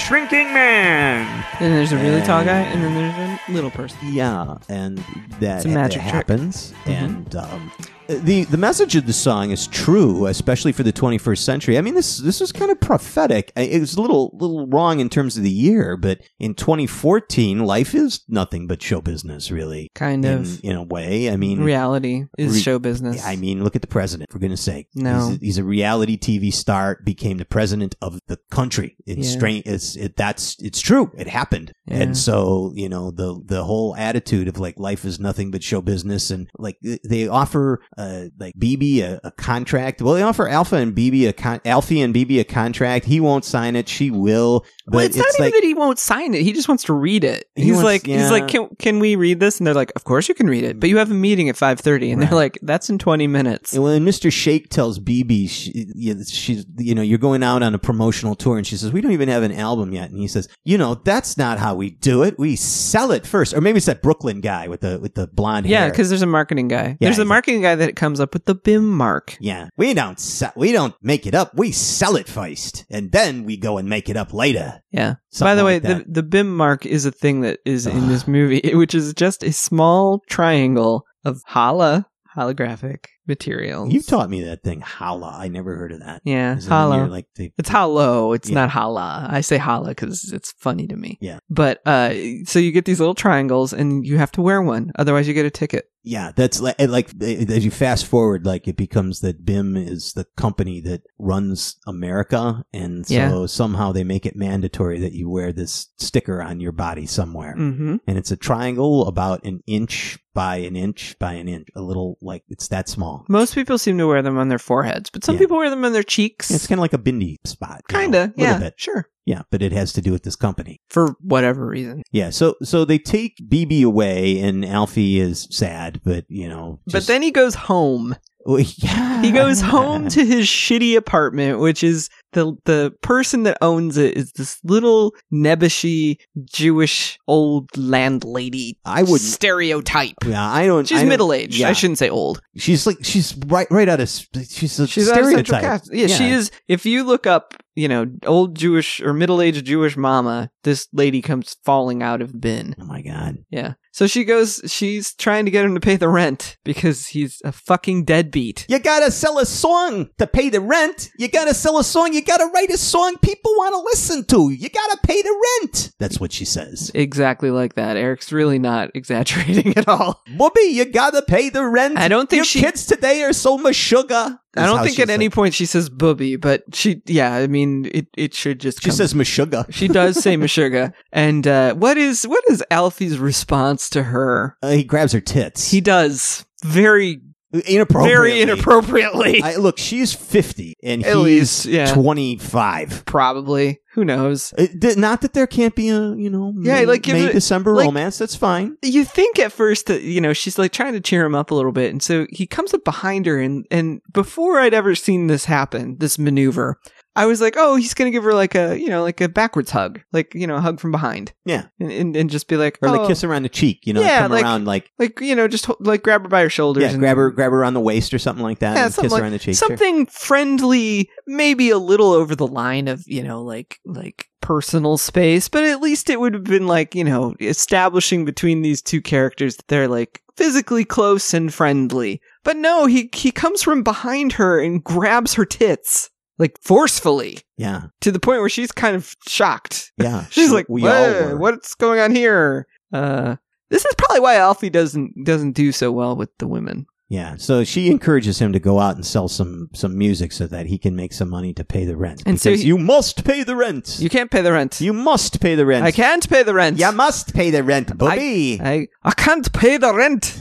S2: there's a really tall
S4: And-
S2: guy, and then there's a little person.
S4: Yeah, and that,
S2: a magic
S4: that
S2: trick. Mm-hmm.
S4: happens. And um, the the message of the song is true, especially for the 21st century. I mean, this this was kind of prophetic. I- It was a little little wrong in terms of the year, but in 2014, life is nothing but show business, really.
S2: Kind
S4: in,
S2: of.
S4: in a way. I mean,
S2: Reality is
S4: Re-
S2: show business.
S4: I mean, look at the president. For goodness' sake,
S2: No.
S4: he's, he's a reality TV star. Became the president of the country. It's
S2: Yeah.
S4: strange. It's it, that's it's true. It happened,
S2: Yeah.
S4: and so you know the the whole attitude of like life is nothing but show business, and like th- they offer uh like BB a, a contract. Well, they offer Alpha and BB a con- Alfie and BB a contract. He won't sign it. She will. But
S2: well, it's, not even that he won't sign it. He just wants to read it.
S4: He
S2: He's
S4: wants-
S2: like, he's
S4: yeah.
S2: like, can, can we read this? And they're like, of course you can read it, but you have a meeting at 5:30, and they're like, that's in 20 minutes.
S4: And when Mr. Shake tells BB, she, yeah, she's, you know, you're going out on a promotional tour, and she says, we don't even have an album yet. And he says, you know, that's not how we do it. We sell it first. Or maybe it's that Brooklyn guy with the with the blonde
S2: Yeah,
S4: hair.
S2: because there's a marketing guy. there's a
S4: he's-
S2: marketing guy that comes up with the BIM mark.
S4: yeah, we don't sell, we don't make it up. We sell it first, and then we go and make it up later.
S2: Yeah.
S4: Something
S2: By the way,
S4: like
S2: the,
S4: that.
S2: the BIM mark is a thing that is in this movie, which is just a small triangle of hala holographic materials.
S4: you taught me that thing, holla. I never heard of that.
S2: Yeah,
S4: Is it when you're
S2: hollow.
S4: Like the
S2: It's hollow. It's
S4: Yeah.
S2: not hala. I say hala because it's funny to me.
S4: Yeah.
S2: But uh, so you get these little triangles, and you have to wear one, otherwise you get a ticket.
S4: Yeah, that's like, like as you fast forward, like it becomes that BIM is the company that runs America, and so
S2: Yeah.
S4: somehow they make it mandatory that you wear this sticker on your body somewhere,
S2: Mm-hmm.
S4: and it's a triangle about an inch by an inch by an inch, a little like it's that small.
S2: Most people seem to wear them on their foreheads, but some
S4: Yeah.
S2: people wear them on their cheeks.
S4: It's kind of like a bindi spot, you know,
S2: Kinda,
S4: little
S2: yeah,
S4: bit.
S2: sure,
S4: yeah, but it has to do with this company.
S2: for whatever reason.
S4: Yeah, so so they take BB away, and Alfie is sad, but you know,
S2: but then he goes home.
S4: then yeah,
S2: He goes home to his shitty apartment, which is the the person that owns it is this little nebbishy Jewish old landlady
S4: I wouldn't-
S2: stereotype.
S4: Yeah, I don't. I
S2: She's
S4: don't-
S2: middle aged.
S4: Yeah.
S2: I shouldn't say old.
S4: She's like she's right right out of s- she's a
S2: She's out of
S4: stereotype.
S2: Central Cast. Yeah, she is. If you look up, you know, old Jewish or middle aged Jewish mama, this lady comes falling out of bin.
S4: Oh my god.
S2: Yeah. So she goes. She's trying to get him to pay the rent because he's a fucking deadbeat.
S4: You gotta sell a song to pay the rent. You gotta sell a song. You gotta write a song people want to listen to. You gotta pay the rent. That's what she says.
S2: Exactly like that. Eric's really not exaggerating at all.
S4: Bobby, you gotta pay the rent.
S2: I don't think
S4: Your
S2: she-
S4: kids today are so mashuga.
S2: I don't think at any point she says booby, but she, yeah, I mean, it, it should just.
S4: She
S2: come-
S4: says mashuga.
S2: she does say Meshuggah. And uh, what is what is Alfie's response to her?
S4: Uh, he grabs her tits.
S2: He does very
S4: inappropriate.
S2: very inappropriately.
S4: I, look, she's fifty and
S2: At
S4: he's
S2: least, yeah.
S4: twenty-five.
S2: Probably. Who knows?
S4: It, Uh, th- not that there can't be a you know
S2: Yeah,
S4: May,
S2: like, give
S4: May
S2: it-
S4: December
S2: like-
S4: romance. That's fine.
S2: You think at first that you know she's like trying to cheer him up a little bit, and so he comes up behind her, and and before I'd ever seen this happen, this maneuver, I was like, oh, he's gonna give her like a you know like a backwards hug, like you know a hug from behind,
S4: Yeah,
S2: and and, and just be like,
S4: or
S2: oh.
S4: like kiss her on the cheek. You know,
S2: Yeah,
S4: come
S2: like-
S4: around like
S2: like you know just ho- like grab her by her shoulders
S4: yeah,
S2: and
S4: grab her, grab her on the waist or something like that,
S2: Yeah,
S4: and
S2: something
S4: kiss
S2: like-
S4: her on the cheek. sure.
S2: something friendly maybe a little over the line of you know like like personal space but at least it would have been like you know establishing between these two characters that they're like physically close and friendly but no he he comes from behind her and grabs her tits like forcefully
S4: Yeah,
S2: to the point where she's kind of shocked
S4: yeah.
S2: She's
S4: Sure,
S2: like,
S4: we all
S2: "Whoa,
S4: were.
S2: what's going on here? Uh, this is probably why Alfie doesn't doesn't do so well with the women.
S4: Yeah. So she encourages him to go out and sell some some music so that he can make some money to pay the rent.
S2: And so
S4: because
S2: he-
S4: you must pay the rent. You,
S2: You can't pay the rent.
S4: must pay the rent.
S2: I can't pay the rent.
S4: You must pay the rent, booby.
S2: I, I can't pay the rent.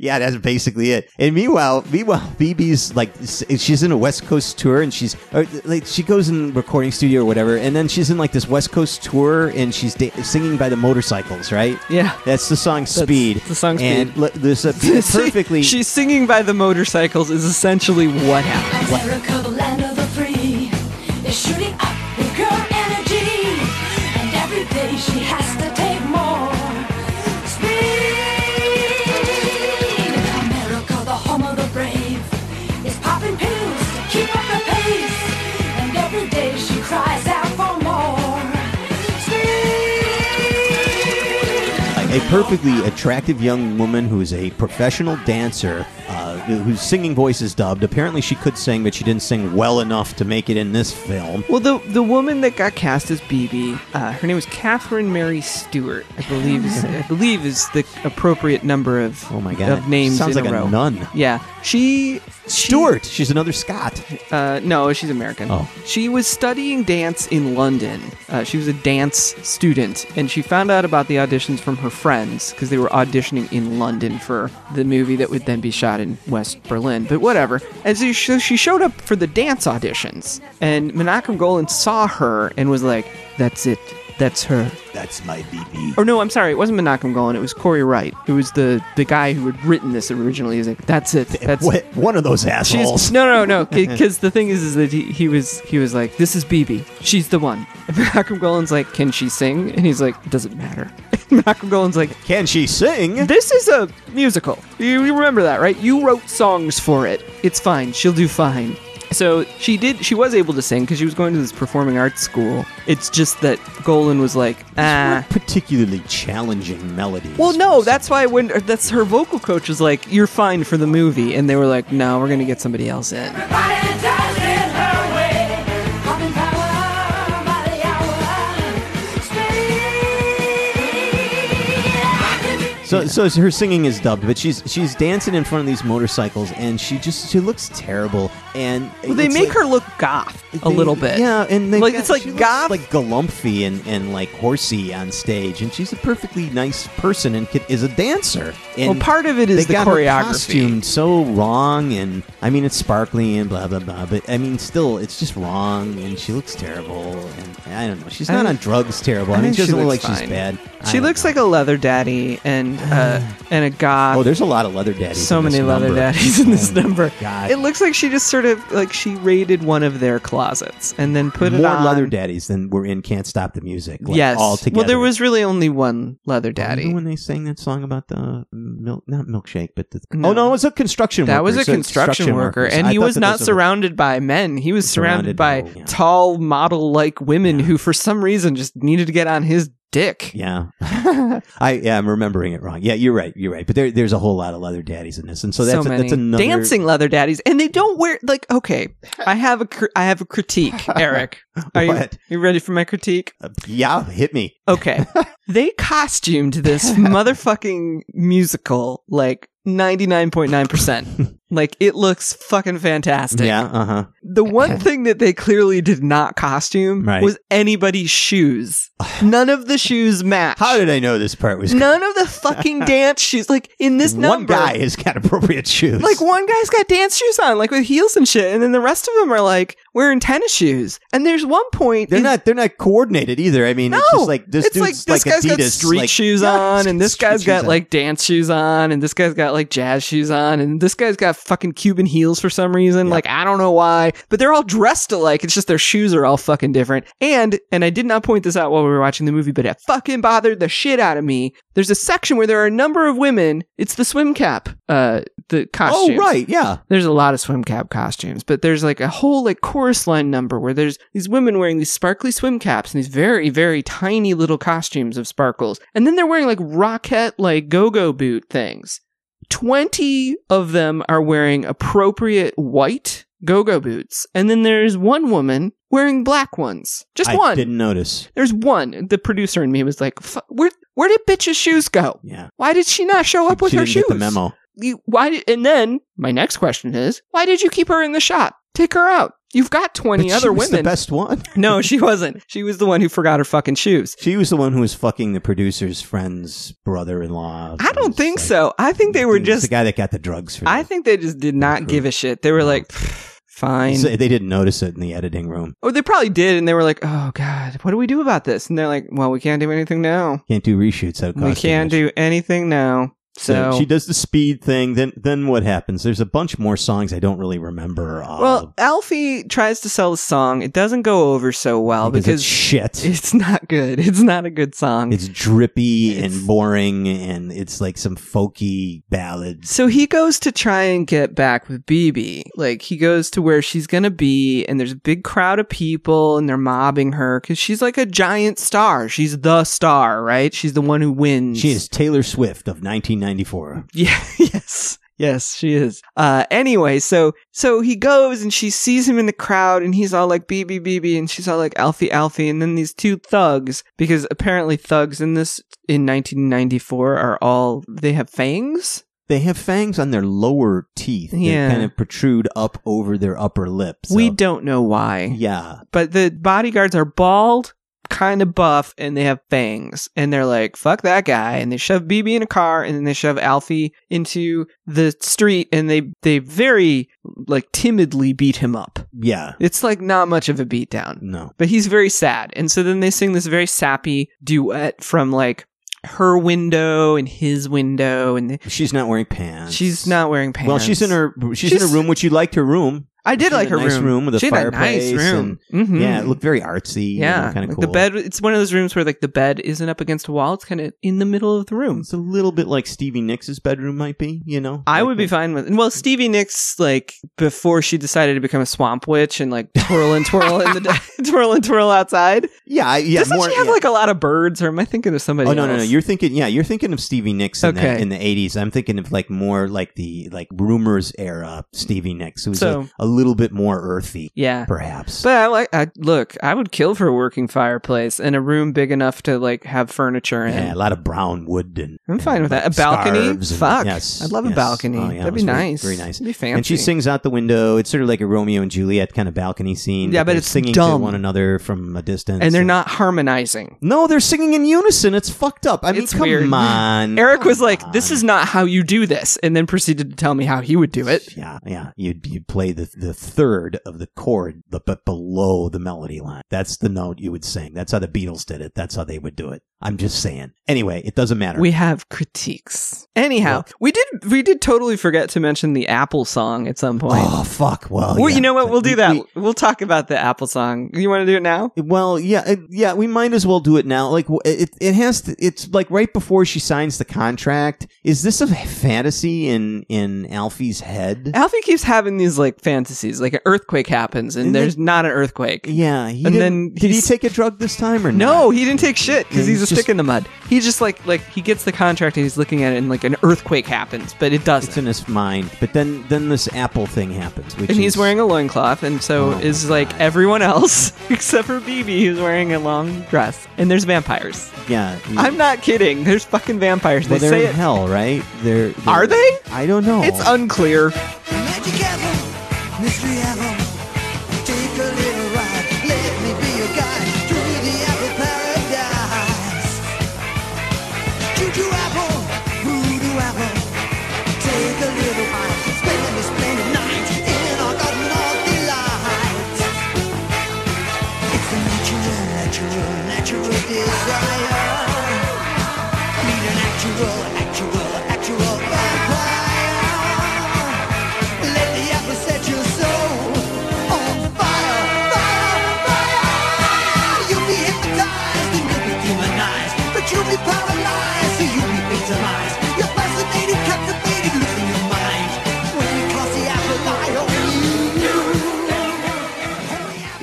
S4: yeah, that's basically it. And meanwhile, meanwhile, BB's like s- she's in a West Coast tour, and she's or, like she goes in recording studio or whatever, and then she's in like this West Coast tour, and she's da- singing by the motorcycles, right?
S2: Yeah.
S4: That's the song Speed.
S2: the song
S4: and
S2: Speed.
S4: look, there's a
S2: See,
S4: perfectly.
S2: She's singing by the motorcycles is essentially what happened.
S6: America, the land of the free, is shooting up with girl energy. And every day she has to take more speed. America, the home of the brave, is popping pills to keep up the pace. And every day she cries out for more speed.
S4: a perfectly attractive young woman who is a professional dancer, uh, whose singing voice is dubbed. Apparently, she could sing, but she didn't sing well enough to make it in this film.
S2: Well, the the woman that got cast as BB, uh, her name was Catherine Mary Stewart, I believe. Is, I believe is the appropriate number of
S4: Oh my God.
S2: of names
S4: Sounds
S2: in
S4: like
S2: a
S4: a
S2: row.
S4: nun.
S2: Yeah, she
S4: Stewart, she's another Scot.
S2: Uh, no, she's American.
S4: Oh.
S2: She was studying dance in London. Uh, she was a dance student, and she found out about the auditions from her friends because they were auditioning in London for the movie that would then be shot in West Berlin. But whatever. And so she she showed up for the dance auditions, and Menachem Golan saw her and was like, "That's it. That's her."
S4: That's my BB.
S2: Or no, I'm sorry, it wasn't Menachem Golan. It was Corey Wright, who was the the guy who had written this originally. He's like, "That's it. That's
S4: What, one of those
S2: She's
S4: assholes.
S2: no, no, no. Because the thing is, is that he, he was he was like, "This is BB. She's the one." And Malcolm Golan's like, "Can she sing?" And he's like, "Doesn't matter." And Malcolm Golan's like,
S4: Can she sing?
S2: "This is a musical. You, you remember that, right? You wrote songs for it. It's fine. She'll do fine." So she did. She was able to sing because she was going to this performing arts school. It's just that Golan was like, "Ah."
S4: Particularly challenging melodies.
S2: Well, no, that's why when that's her vocal coach was like, "You're fine for the movie," and they were like, "No, we're gonna get somebody else in."
S6: Everybody does it her way. Popping power by the hour. Speed.
S4: So, so her singing is dubbed, but she's she's dancing in front of these motorcycles, and she just she looks terrible. And
S2: Well, they
S4: it's
S2: make
S4: like-
S2: her look goth a
S4: They-
S2: little bit.
S4: Yeah, and they
S2: Like, it's like
S4: she looks
S2: goth-
S4: like galumphy and, and like horsey on stage, and she's a perfectly nice person and could, is a dancer. And
S2: Well, part of it
S4: they
S2: is the
S4: got her
S2: choreography.
S4: costume so wrong, and I mean it's sparkly and blah blah blah, but I mean still it's just wrong, and she looks terrible, and I don't know, she's
S2: I
S4: not
S2: think-
S4: on drugs terrible. I,
S2: I
S4: mean
S2: think
S4: she
S2: she
S4: doesn't look like she's
S2: looks fine.
S4: bad. I
S2: She
S4: don't
S2: looks
S4: know.
S2: like a leather daddy and uh, and a goth.
S4: oh, there's a lot of leather daddies.
S2: so
S4: in this
S2: many leather
S4: number.
S2: daddies in this
S4: Oh, my
S2: number.
S4: God.
S2: It looks like she just sort of like she raided one of their closets and then put it
S4: More
S2: on.
S4: leather daddies than were in "Can't Stop the Music." Like,
S2: yes.
S4: all together.
S2: Well, there was really only one leather
S4: Remember
S2: daddy.
S4: when they sang that song about the milk, not milkshake, but the
S2: No.
S4: oh no, it was a construction.
S2: That
S4: worker.
S2: was a
S4: So
S2: construction worker,
S4: workers.
S2: and
S4: I
S2: he
S4: thought
S2: was
S4: that
S2: not
S4: those were-
S2: surrounded by men. He was
S4: Surrounded
S2: surrounded, by
S4: by- yeah.
S2: tall, model-like women who, for some reason, just needed to get on his dick.
S4: Yeah, I yeah, I'm remembering it wrong. Yeah, you're right, you're right. But there, there's a whole lot of leather daddies in this, and so that's a,
S2: so many
S4: that's another
S2: dancing leather daddies, and they don't wear like. Okay, I have a cr- I have a critique, Eric. Are you
S4: What? Uh,
S2: you ready for my critique?
S4: Yeah, hit me.
S2: Okay, they costumed this motherfucking musical like ninety nine point nine percent. Like it looks fucking fantastic.
S4: Yeah, uh huh.
S2: The one thing that they clearly did not costume
S4: Right.
S2: was anybody's shoes. None of the shoes match.
S4: How did I know this part was?
S2: None of the fucking dance shoes. Like in this
S4: one
S2: number,
S4: guy has got appropriate shoes.
S2: like one guy's got dance shoes on, like with heels and shit, and then the rest of them are like wearing tennis shoes. And there's one point
S4: They're
S2: in-
S4: not. They're not coordinated either. I mean,
S2: No,
S4: it's just like this
S2: it's like
S4: dude's
S2: this guy's
S4: Adidas,
S2: got street
S4: like-
S2: shoes
S4: Yeah,
S2: on,
S4: he's
S2: and this
S4: street
S2: guy's
S4: shoes
S2: got
S4: on.
S2: like dance shoes on, and this guy's got like jazz shoes on, and this guy's got fucking Cuban heels for some reason. Like I don't know why, but they're all dressed alike. It's just their shoes are all fucking different. And and I did not point this out while we were watching the movie, but it fucking bothered the shit out of me. There's a section where there are a number of women. It's the swim cap, uh, the
S4: Oh
S2: costume
S4: right, yeah.
S2: there's a lot of swim cap costumes, but there's like a whole like chorus line number where there's these women wearing these sparkly swim caps and these very, very tiny little costumes of sparkles. And then they're wearing like rocket like go-go boot things. 20 of them are wearing appropriate white go-go boots. And then there's one woman wearing black ones. Just
S4: I
S2: one.
S4: didn't notice.
S2: There's one. The producer in me was like, F- where, where did bitch's shoes go?
S4: Yeah,
S2: Why did she not show up with
S4: she
S2: her
S4: didn't
S2: shoes?
S4: get the memo.
S2: you, why? And then my next question is, why did you keep her in the shot? Take her out. You've got
S4: But
S2: twenty
S4: she
S2: other
S4: was
S2: women.
S4: the best one.
S2: no, she wasn't. She was the one who forgot her fucking shoes.
S4: She was the one who was fucking the producer's friend's brother-in-law.
S2: I don't
S4: It's
S2: think
S4: like-
S2: so. I think they were
S4: It's the
S2: just.
S4: guy that got the drugs for.
S2: I
S4: them.
S2: think they just did not give a shit. They were like, "Pfft, fine.
S4: So they didn't notice it in the editing room.
S2: Or they probably did, and they were like, "Oh God, what do we do about this?" And they're like, "Well, we can't do anything now.
S4: Can't do reshoots. That would
S2: we
S4: cost too
S2: can't
S4: much.
S2: do anything now." So,
S4: she does the speed thing. Then then what happens? There's a bunch more songs I don't really remember. all
S2: well, Alfie tries to sell the song. It doesn't go over so well
S4: because, it's
S2: because
S4: shit.
S2: it's not good. It's not a good song.
S4: It's drippy
S2: It's-
S4: and boring, and it's like some folky ballads.
S2: So he goes to try and get back with BB. Like he goes to where she's going to be and there's a big crowd of people and they're mobbing her cuz she's like a giant star. She's the star, right? She's the one who wins.
S4: She is Taylor Swift of 1994.
S2: Yeah, yes. Yes, she is. Uh anyway, so so he goes and she sees him in the crowd and he's all like BB BB and she's all like Alfie Alfie and then these two thugs because apparently thugs in this in 1994 are all they have fangs.
S4: They have fangs on their lower teeth
S2: Yeah.
S4: that kind of protrude up over their upper lip. so-
S2: We don't know why.
S4: yeah.
S2: but the bodyguards are bald, kind of buff, and they have fangs. And they're like, fuck that guy. And they shove BB in a car and then they shove Alfie into the street and they, they very like timidly beat him up.
S4: Yeah.
S2: It's like not much of a beatdown,
S4: No.
S2: but he's very sad. And so then they sing this very sappy duet from like her window and his window and
S4: She's not wearing pants.
S2: she's not wearing pants.
S4: Well, she's in her she's, in
S2: She's-
S4: her room, which you liked her room.
S2: I did
S4: she's
S2: like
S4: in
S2: her
S4: a nice room with a
S2: she had a nice
S4: fireplace
S2: room. Mhm.
S4: Yeah, it looked very artsy.
S2: Yeah,
S4: kind of
S2: like
S4: cool.
S2: the bed. It's one of those rooms where like the bed isn't up against a wall. It's kind of in the middle of the room.
S4: It's a little bit like Stevie Nicks' bedroom might be. You know,
S2: I
S4: Like
S2: would be fine with. Well, Stevie Nicks, like before she decided to become a swamp witch and like twirl and twirl in the twirl and twirl outside.
S4: Yeah, I- yeah.
S2: Doesn't
S4: more,
S2: she have
S4: yeah.
S2: like a lot of birds? Or am I thinking of somebody?
S4: Oh no, no,
S2: else?
S4: no! You're thinking, yeah, you're thinking of Stevie Nicks in,
S2: Okay.
S4: the, in the '80s. I'm thinking of like more like the like rumors era Stevie Nicks, who's
S2: So-
S4: a, a little bit more earthy,
S2: yeah.
S4: perhaps.
S2: But I like. I look. I would kill for a working fireplace and a room big enough to like have furniture in.
S4: yeah, a lot of brown wood and
S2: I'm fine with
S4: and,
S2: that. A
S4: like,
S2: balcony?
S4: scarves and-
S2: Fuck.
S4: yes,
S2: I'd love a
S4: yes.
S2: balcony.
S4: Oh, yeah,
S2: That'd
S4: it
S2: be
S4: was very-
S2: nice.
S4: very nice.
S2: It'd be
S4: And she
S2: fancy.
S4: sings out the window. It's sort of like a Romeo and Juliet kind of balcony scene.
S2: Yeah,
S4: that
S2: but
S4: they're
S2: it's
S4: singing
S2: dumb.
S4: to one another from a distance,
S2: and they're not harmonizing.
S4: No, they're singing in unison. It's fucked up. I mean,
S2: It's
S4: come
S2: weird.
S4: on.
S2: Eric
S4: Mm,
S2: was
S4: Come
S2: like, "This
S4: on.
S2: is not how you do this," and then proceeded to tell me how he would do it.
S4: Yeah, yeah. You'd you play the the third of the chord, the, but below the melody line. That's the note you would sing. That's how the Beatles did it. That's how they would do it. I'm just saying. Anyway, it doesn't matter.
S2: We have critiques. Anyhow, we did we did totally forget to mention the Apple song at some point.
S4: oh fuck. Well,
S2: well,
S4: yeah.
S2: you know what? We'll
S4: We-
S2: do that.
S4: we-
S2: We, will talk about the Apple song. You want to do it now?
S4: well, yeah, it- yeah. We might as well do it now. Like w- it, it has. To, it's like right before she signs the contract. Is this a fantasy in in Alfie's head?
S2: Alfie keeps having these like fantasies, like an earthquake happens, and
S4: And
S2: there's not an earthquake.
S4: yeah. He
S2: And
S4: didn't-
S2: then
S4: did he
S2: he's-
S4: take a drug this time or
S2: No, he didn't take shit because
S4: Yeah,
S2: he's a
S4: he's just-
S2: stick in the mud. He just like like he gets the contract and he's looking at it and like an earthquake happens, but it doesn't.
S4: It's in his mind, but then then this Apple thing happens, which
S2: and
S4: is,
S2: he's wearing a loincloth, and so
S4: Oh
S2: is
S4: my
S2: like
S4: God.
S2: everyone else except for BB, who's wearing a long dress. And there's vampires.
S4: yeah. he-
S2: I'm not kidding. There's fucking vampires.
S4: Well,
S2: they
S4: they're
S2: say
S4: in
S2: it.
S4: hell, right? They're, they're-
S2: Are they?
S4: I don't know.
S2: It's unclear.
S5: Magic apple, mystery apple. Take a little ride. Let me be your guide through the apple paradise. Juju apple, voodoo apple. Take a little ride. Spend an splendid night in our garden of delights. It's a natural, natural, natural desire. Meet an actual, actual, actual vampire.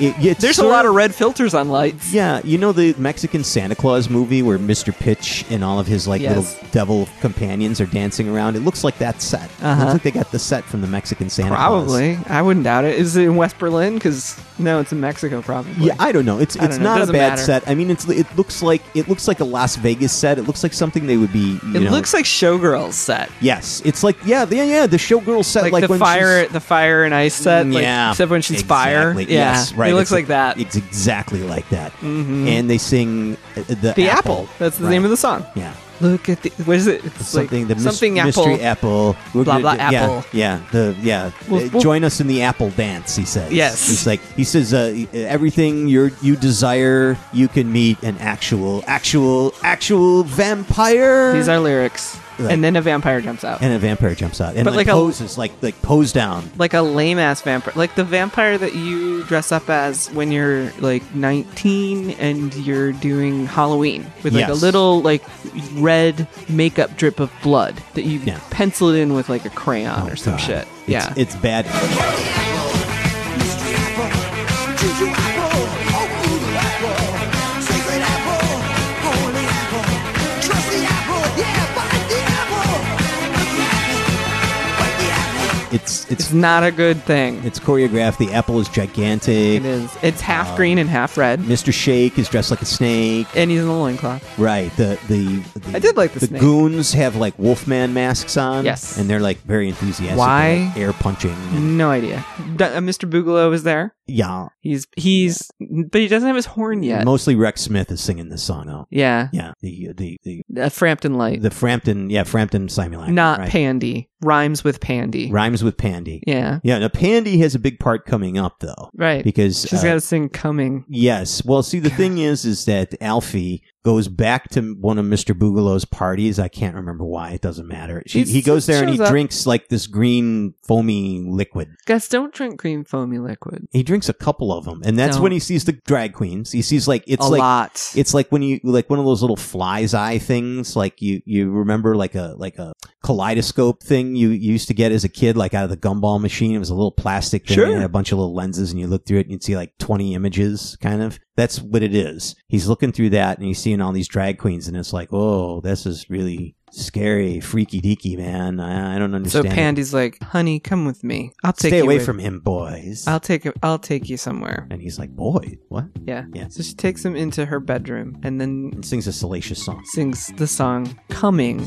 S4: it- it's
S2: There's a
S4: sort
S2: lot of red filters on lights.
S4: Yeah, you know the Mexican Santa Claus movie where Mr. Pitch and all of his like
S2: Yes.
S4: little devil companions are dancing around. It looks like that set. It
S2: Uh-huh.
S4: looks like they got the set from the Mexican Santa Claus.
S2: Probably. I wouldn't doubt it. Is it in West Berlin? Because no, it's in Mexico. Probably.
S4: Yeah, I don't know. It's
S2: I don't
S4: it's
S2: know. It
S4: not a
S2: doesn't
S4: bad
S2: matter.
S4: set. I mean, it's it looks like it looks like a Las Vegas set. It looks like something they would be. You
S2: it
S4: know,
S2: looks like Showgirls set.
S4: Yes, it's like yeah, yeah, yeah. The showgirl set,
S2: Like,
S4: like,
S2: the
S4: when
S2: fire,
S4: she's-
S2: the fire and ice set. Like,
S4: yeah,
S2: Except when she's fire.
S4: exactly.
S2: Yeah.
S4: Yes, right.
S2: It looks
S4: It's
S2: like that. Mm-hmm.
S4: It's exactly like that. And they sing uh, the
S2: the apple. That's the
S4: Right.
S2: name of the song.
S4: Yeah.
S2: Look at the. What is it? It's like
S4: something the mys-
S2: something apple.
S4: mystery apple. We're
S2: Blah,
S4: gonna
S2: blah,
S4: do-
S2: apple.
S4: Yeah, yeah, the yeah.
S2: Well,
S4: Uh,
S2: well-
S4: join us in the apple dance. He says.
S2: Yes.
S4: He's like he says uh, everything you you desire you can meet an actual actual actual vampire.
S2: These are lyrics.
S4: Right.
S2: And then a vampire jumps out.
S4: and a vampire jumps out and
S2: But
S4: like,
S2: like a-
S4: poses like like pose down.
S2: like a lame ass vampire, like the vampire that you dress up as when you're like 19 and you're doing Halloween with like
S4: Yes.
S2: a little like red makeup drip of blood that you
S4: Yeah. Oh,
S2: pencil it in with like a crayon or some
S4: God.
S2: shit.
S4: It's-
S2: yeah,
S4: it's bad. It's
S2: it's
S4: it's
S2: not a good thing.
S4: it's choreographed. The apple is gigantic.
S2: It is. It's half
S4: Uh,
S2: green and half red,
S4: Mr. Shake is dressed like a snake.
S2: and he's in a loincloth.
S4: Right. The the, the
S2: I did like the snake.
S4: goons have like Wolfman masks on.
S2: Yes.
S4: and they're like very enthusiastic.
S2: Why? Mm.
S4: about air punching? And,
S2: No idea. D- uh, Mr. Boogaloo is there.
S4: yeah,
S2: He's he's, but he doesn't have his horn yet.
S4: mostly Rex Smith is singing this song. Oh,
S2: yeah,
S4: yeah. The the the
S2: uh, Frampton Light,
S4: the Frampton. Yeah, Frampton Simulac.
S2: not
S4: right?
S2: Pandy. Rhymes with Pandy.
S4: Rhymes with Pandy.
S2: Yeah.
S4: Yeah. Now Pandy has a big part coming up though.
S2: Right.
S4: Because
S2: She's
S4: uh,
S2: got to sing coming.
S4: Yes. Well, see, the thing is, is that Alfie goes back to one of Mr. Boogaloo's parties. I can't remember why. It doesn't matter. She,
S2: He's-
S4: he goes there and he
S2: shows up.
S4: drinks like this green foamy liquid.
S2: Guys, don't drink green foamy liquid.
S4: He drinks a couple of them, and that's
S2: No.
S4: when he sees the drag queens. He sees like it's
S2: a
S4: like
S2: lot.
S4: it's like when you like one of those little fly's eye things. Like you you remember like a like a kaleidoscope thing you, you used to get as a kid, like out of the gumball machine. It was a little plastic thing
S2: Sure.
S4: and a bunch of little lenses, and you look through it and you'd see like twenty images, kind of. That's what it is. He's looking through that and he's seeing all these drag queens, and it's like, oh, this is really scary, freaky deaky, man. I, I don't
S2: so
S4: understand. it.
S2: Pandy's like, "Honey, come with me. I'll take
S4: stay
S2: you
S4: away
S2: with-
S4: from him, boys.
S2: I'll take I'll take you somewhere."
S4: and he's like, boy, what?
S2: Yeah.
S4: Yeah.
S2: So she takes him into her bedroom and then
S4: And sings a salacious song.
S2: sings the song "Coming,"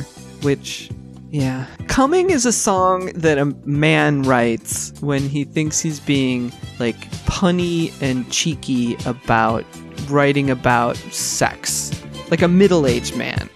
S2: which. Yeah. Coming is a song that a man writes when he thinks he's being like punny and cheeky about writing about sex. Like a middle aged man.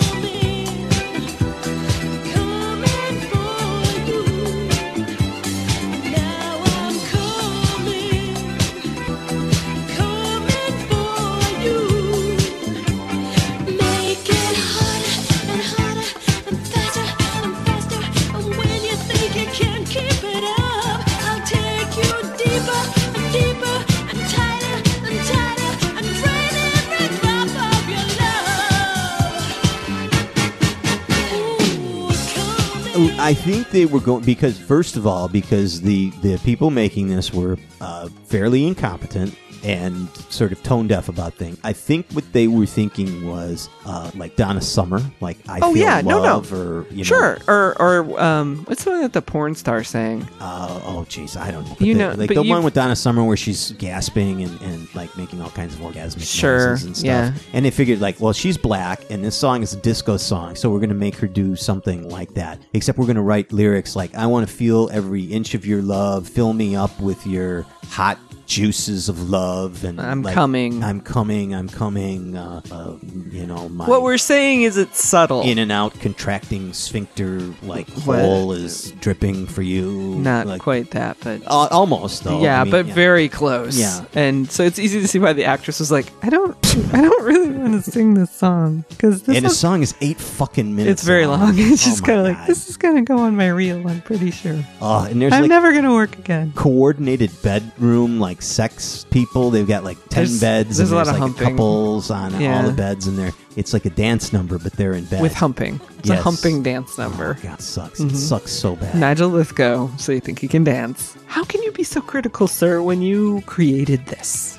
S5: Coming. Coming for you. Now I'm coming, coming for you. Make it harder and harder and faster and faster. And when you think you can't keep it up, I'll take you deeper and deeper and tighter and tighter and drain every drop of your love.
S4: Oh, I think they were going because first of all, because the the people making this were uh, fairly incompetent and sort of tone deaf about things. I think what they were thinking was uh, like Donna Summer, like I
S2: Oh,
S4: feel
S2: yeah, no, no.
S4: love, or you know,
S2: Sure. Or or um what's the one that the porn star sang?
S4: Uh, oh, jeez, I don't know. But
S2: You
S4: the-
S2: know,
S4: like
S2: but
S4: the
S2: you-
S4: one with Donna Summer where she's gasping and, and like making all kinds of orgasmic
S2: Sure,
S4: noises and stuff.
S2: yeah.
S4: And they figured like, well, she's black, and this song is a disco song, so we're gonna make her do something like that. Except we're gonna write lyrics like, "I want to feel every inch of your love, fill me up with your hot." juices of love and
S2: I'm
S4: like,
S2: coming.
S4: I'm coming. I'm coming. Uh, uh, you know, my
S2: What we're saying is it's subtle.
S4: in and out contracting sphincter like
S2: What?
S4: hole is dripping for you.
S2: Not
S4: like,
S2: quite that, but
S4: al- Uh, almost though.
S2: yeah,
S4: I mean,
S2: but very close.
S4: Yeah.
S2: and so it's easy to see why the actress was like, I don't, I don't really want to sing this song because this
S4: And the
S2: is,
S4: song is eight fucking minutes. Oh
S2: it's very long. It's just
S4: kind of
S2: like this is gonna go on my reel. I'm pretty sure.
S4: Oh, and there's
S2: I'm
S4: like
S2: never gonna work again.
S4: coordinated bedroom like sex people. They've got like ten
S2: There's-
S4: beds.
S2: there's a
S4: and
S2: lot of
S4: like
S2: humping.
S4: couples on
S2: Yeah.
S4: all the beds, and they're it's like a dance number, but they're in bed
S2: With humping, it's a
S4: Yes.
S2: humping dance number.
S4: God, it sucks.
S2: Mm-hmm.
S4: It sucks so bad.
S2: Nigel Lithgow, so you think he can dance. How can you be so critical, sir, when you created this?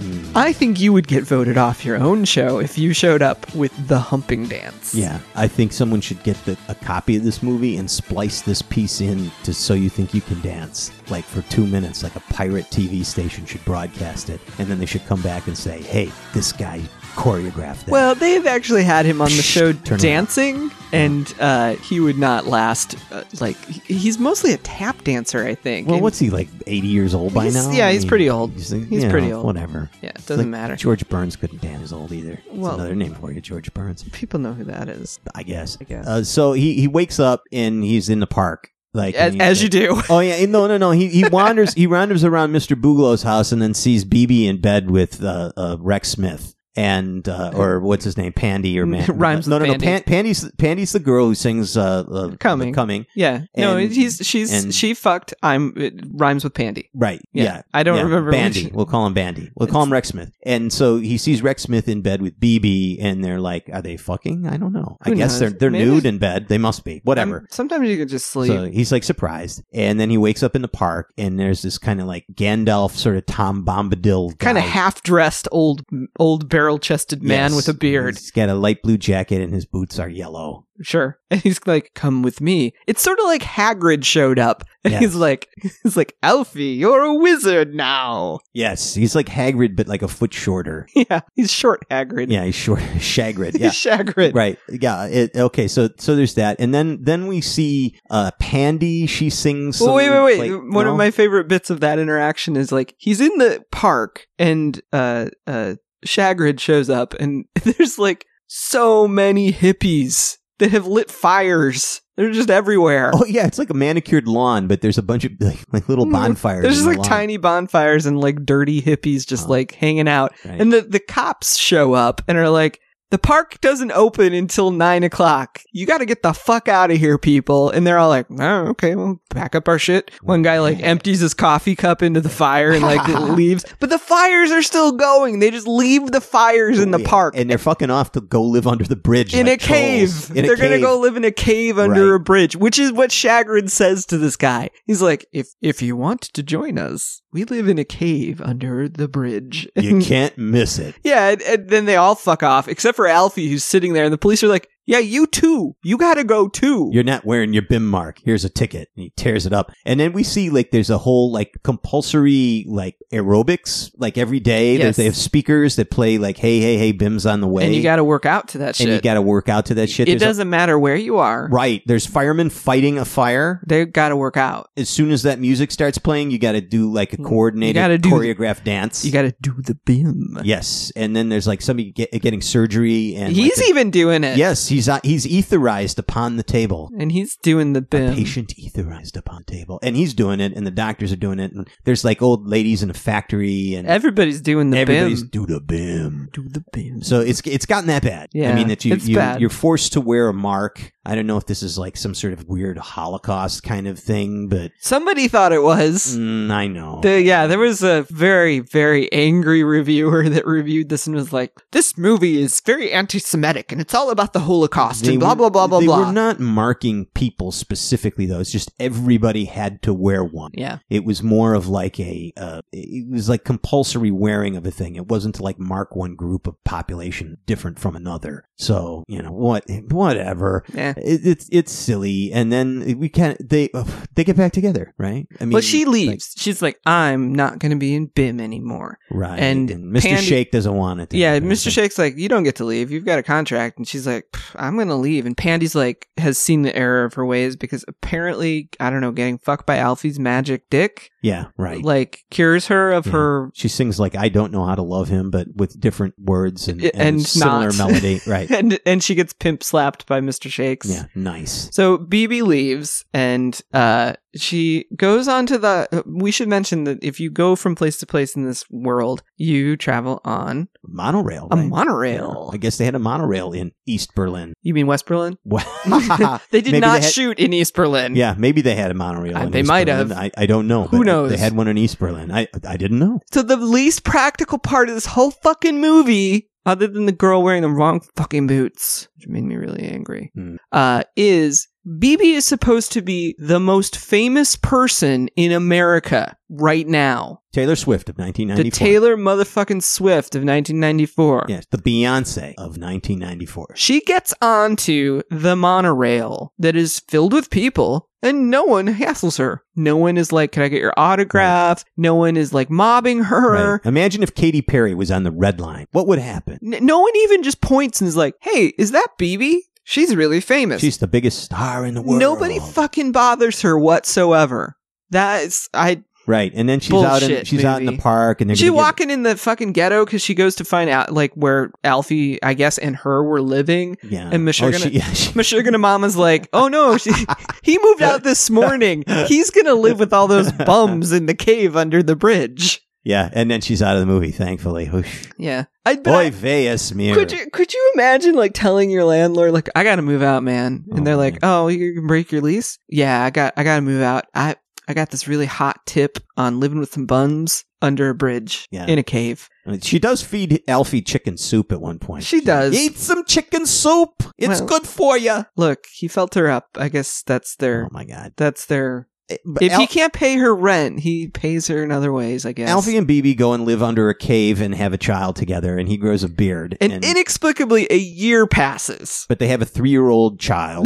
S4: Hmm.
S2: I think you would get voted off your own show if you showed up with the humping dance.
S4: Yeah, I think someone should get the, a copy of this movie and splice this piece in to so you think you can dance, like for two minutes, like a pirate TV station should broadcast it, and then they should come back and say, "Hey, this guy choreographed that."
S2: Well, they've actually had him on the show
S4: Turn around.
S2: dancing, and uh, he would not last. Uh, like he- he's mostly a tap dancer, I think.
S4: Well,
S2: and-
S4: what's he like? Eighty years old by
S2: He's-
S4: now?
S2: yeah,
S4: I
S2: he's pretty old. He's
S4: you
S2: pretty old.
S4: Whatever.
S2: Yeah, it
S4: It's
S2: doesn't matter.
S4: George Burns couldn't dance old either. It's
S2: Well-
S4: another name for you, George Burns.
S2: people know who that is?
S4: I guess.
S2: I guess.
S4: Uh, so he, he wakes up and he's in the park. Like
S2: As,
S4: and he's
S2: as you
S4: like-
S2: do.
S4: Oh yeah, no, no, no. He he wanders he wanders around Mr. Bugelow's house and then sees BB in bed with uh, uh, Rex Smith and uh, or what's his name, Pandy or Man.
S2: Rhymes
S4: No,
S2: with
S4: no, no.
S2: Pandy.
S4: Pan- Pandy's Pandy's the girl who sings uh, uh,
S2: Coming.
S4: coming.
S2: Yeah, no,
S4: And-
S2: he's she's
S4: and-
S2: she fucked. I'm it rhymes with Pandy.
S4: Right.
S2: Yeah.
S4: Yeah.
S2: I don't
S4: Yeah.
S2: remember
S4: Bandy.
S2: which-
S4: We'll call him Bandy. We'll call him Rex Smith. And so he sees Rex Smith in bed with BB, and they're like, "Are they fucking? I don't know. I
S2: Who
S4: guess
S2: knows?
S4: they're they're
S2: Maybe-
S4: nude in bed. They must be. Whatever."
S2: Um, sometimes you can just sleep.
S4: So he's like surprised, and then he wakes up in the park, and there's this kind of like Gandalf, sort of Tom Bombadil,
S2: kind of
S4: guy.
S2: half dressed old old barrel chested man
S4: Yes.
S2: with a beard.
S4: He's got a light blue jacket, and his boots are yellow.
S2: Sure. And he's like, "Come with me." It's sort of like Hagrid showed up, and
S4: Yes.
S2: he's like, "He's like Alfie, you're a wizard now."
S4: Yes, he's like Hagrid, but like a foot shorter.
S2: Yeah, he's short Hagrid.
S4: Yeah, he's short, Shagrid. Yeah,
S2: he's Hagrid.
S4: Right. Yeah. It, okay. So so there's that, and then then we see uh Pandy. She sings.
S2: Well,
S4: some,
S2: wait, wait, wait.
S4: like,
S2: One
S4: no?
S2: of my favorite bits of that interaction is like he's in the park and uh uh Shagrid shows up and there's like so many hippies that have lit fires. They're just everywhere.
S4: Oh yeah, it's like a manicured lawn, but there's a bunch of like, like little bonfires.
S2: There's just
S4: in the
S2: like
S4: lawn.
S2: tiny bonfires and like dirty hippies just
S4: Oh.
S2: like hanging out.
S4: Right.
S2: And the, the cops show up and are like, the park doesn't open until nine o'clock. You got to get the fuck out of here, people. And they're all like, oh, okay, we'll pack up our shit. One guy like empties his coffee cup into the fire and like leaves. But the fires are still going. They just leave the fires in the
S4: Yeah,
S2: park.
S4: and they're fucking off to go live under the bridge
S2: in
S4: like
S2: a cave.
S4: trolls. In
S2: They're
S4: a
S2: gonna
S4: cave.
S2: go live in a cave under
S4: Right.
S2: a bridge, which is what Shagrin says to this guy. He's like, "If if you want to join us, we live in a cave under the bridge."
S4: You can't miss it.
S2: yeah, and, and then they all fuck off except for Alfie, who's sitting there, and the police are like, "Yeah, you too. You gotta go too."
S4: You're not wearing your BIM mark. Here's a ticket. And he tears it up. And then we see like there's a whole like compulsory like aerobics like every day.
S2: Yes.
S4: There's They have speakers that play like hey hey hey BIM's on the way.
S2: and you gotta work out to that shit.
S4: and you got to work out to that shit.
S2: it
S4: There's a-
S2: doesn't matter where you are.
S4: Right. There's firemen fighting a fire.
S2: They gotta work out.
S4: As soon as that music starts playing, you got to do like a
S2: You gotta
S4: coordinated,
S2: do-
S4: choreographed dance.
S2: You gotta do the bim.
S4: yes. And then there's like somebody get, getting surgery. and like,
S2: he's
S4: the-
S2: even doing it.
S4: Yes, he's uh, he's etherized upon the table.
S2: and he's doing the bim.
S4: Patient etherized upon the table, and he's doing it, and the doctors are doing it, and there's like old ladies in a factory, and
S2: Everybody's doing the
S4: everybody's
S2: bim.
S4: do the bim.
S2: Do the bim.
S4: So it's it's gotten that bad.
S2: Yeah,
S4: I mean that you,
S2: it's
S4: you
S2: bad.
S4: you're forced to wear a mark. I don't know if this is like some sort of weird Holocaust kind of thing, but
S2: Somebody thought it was.
S4: mm, I know.
S2: The- yeah, there was a very, very angry reviewer that reviewed this and was like, "This movie is very anti-Semitic and it's all about the Holocaust and blah
S4: were-
S2: blah blah blah
S4: they
S2: blah."
S4: were not marking people specifically though. It's just everybody had to wear one.
S2: yeah,
S4: It was more of like a, uh, it was like compulsory wearing of a thing. It wasn't to like mark one group of population different from another. So you know what, whatever.
S2: yeah.
S4: It, it's it's silly, and then we can't. They ugh, they get back together, right? I mean,
S2: well, she
S4: like,
S2: leaves. She's like, I'm not going to be in BIM anymore.
S4: right?
S2: and
S4: And, Mr.
S2: Pan-
S4: Shake doesn't want it. to
S2: Yeah,
S4: happen.
S2: Mr. Shake's like, you don't get to leave. You've got a contract. And she's like, "Pff, I'm going to leave. And Pandy's like, has seen the error of her ways because apparently, I don't know, getting fucked by Alfie's magic dick,
S4: Yeah, right.
S2: like, cures her of
S4: Yeah.
S2: her.
S4: she sings like I don't know how to love him, but with different words and,
S2: I-
S4: and,
S2: and
S4: similar
S2: not.
S4: melody, right?
S2: And, and she gets pimp slapped by Mr. Shakes.
S4: yeah, nice.
S2: So BB leaves and uh, she goes on to the. We should mention that if you go from place to place in this world, you travel on
S4: Monorail,
S2: a
S4: right?
S2: monorail.
S4: I guess they had a monorail in East Berlin.
S2: You mean West Berlin?
S4: Wow.
S2: they did
S4: Maybe
S2: not
S4: they had-
S2: shoot in East Berlin.
S4: Yeah, maybe they had a monorail.
S2: Uh,
S4: in
S2: they
S4: East
S2: might
S4: Berlin.
S2: have.
S4: I, I don't know.
S2: Who
S4: but
S2: knows?
S4: They had one in East Berlin. I I didn't know.
S2: So the least practical part of this whole fucking movie, other than the girl wearing the wrong fucking boots, which made me really angry,
S4: Hmm.
S2: uh, is BB is supposed to be the most famous person in America right now.
S4: Taylor Swift of
S2: The
S4: 1994.
S2: Taylor motherfucking Swift of 1994.
S4: Yes, the Beyonce of 1994.
S2: She gets onto the monorail that is filled with people and no one hassles her. No one is like, can I get your autograph? No one is like mobbing her.
S4: Right. Imagine if Katy Perry was on the red line. What would happen?
S2: N- no one even just points and is like, "Hey, is that BB? She's really famous."
S4: She's the biggest star in the world.
S2: Nobody fucking bothers her whatsoever. That is, I.
S4: Right, and then she's out. In,
S2: Bullshit
S4: she's out in the
S2: movie.
S4: park, and they're
S2: She
S4: gonna get-
S2: walking in the fucking ghetto because she goes to find out like where Alfie, I guess, and her were living.
S4: Yeah,
S2: and Meshuggah-
S4: she, yeah, she-
S2: My sugar mama's like, oh no, she, he moved out this morning. He's gonna live with all those bums in the cave under the bridge.
S4: yeah, and then she's out of the movie. Thankfully, Oosh.
S2: Yeah, I but I-
S4: boy, Veas mir.
S2: Could you could you imagine like telling your landlord like I got to move out, man, and
S4: Oh,
S2: they're like,
S4: man.
S2: oh, you can break your lease? Yeah, I got I got to move out. I I got this really hot tip on living with some buns under a bridge
S4: Yeah.
S2: in a cave.
S4: She does feed Alfie chicken soup at one point.
S2: She
S4: She's
S2: does.
S4: Like, Eat some chicken soup. It's
S2: Well-
S4: good for you.
S2: Look, he felt her up. I guess that's their
S4: Oh my god.
S2: that's their.
S4: Eh, but
S2: If
S4: Al-
S2: he can't pay her rent, he pays her in other ways. I guess.
S4: Alfie and BB go and live under a cave and have a child together, and he grows a beard.
S2: and, inexplicably, a year passes.
S4: but they have a three-year-old child.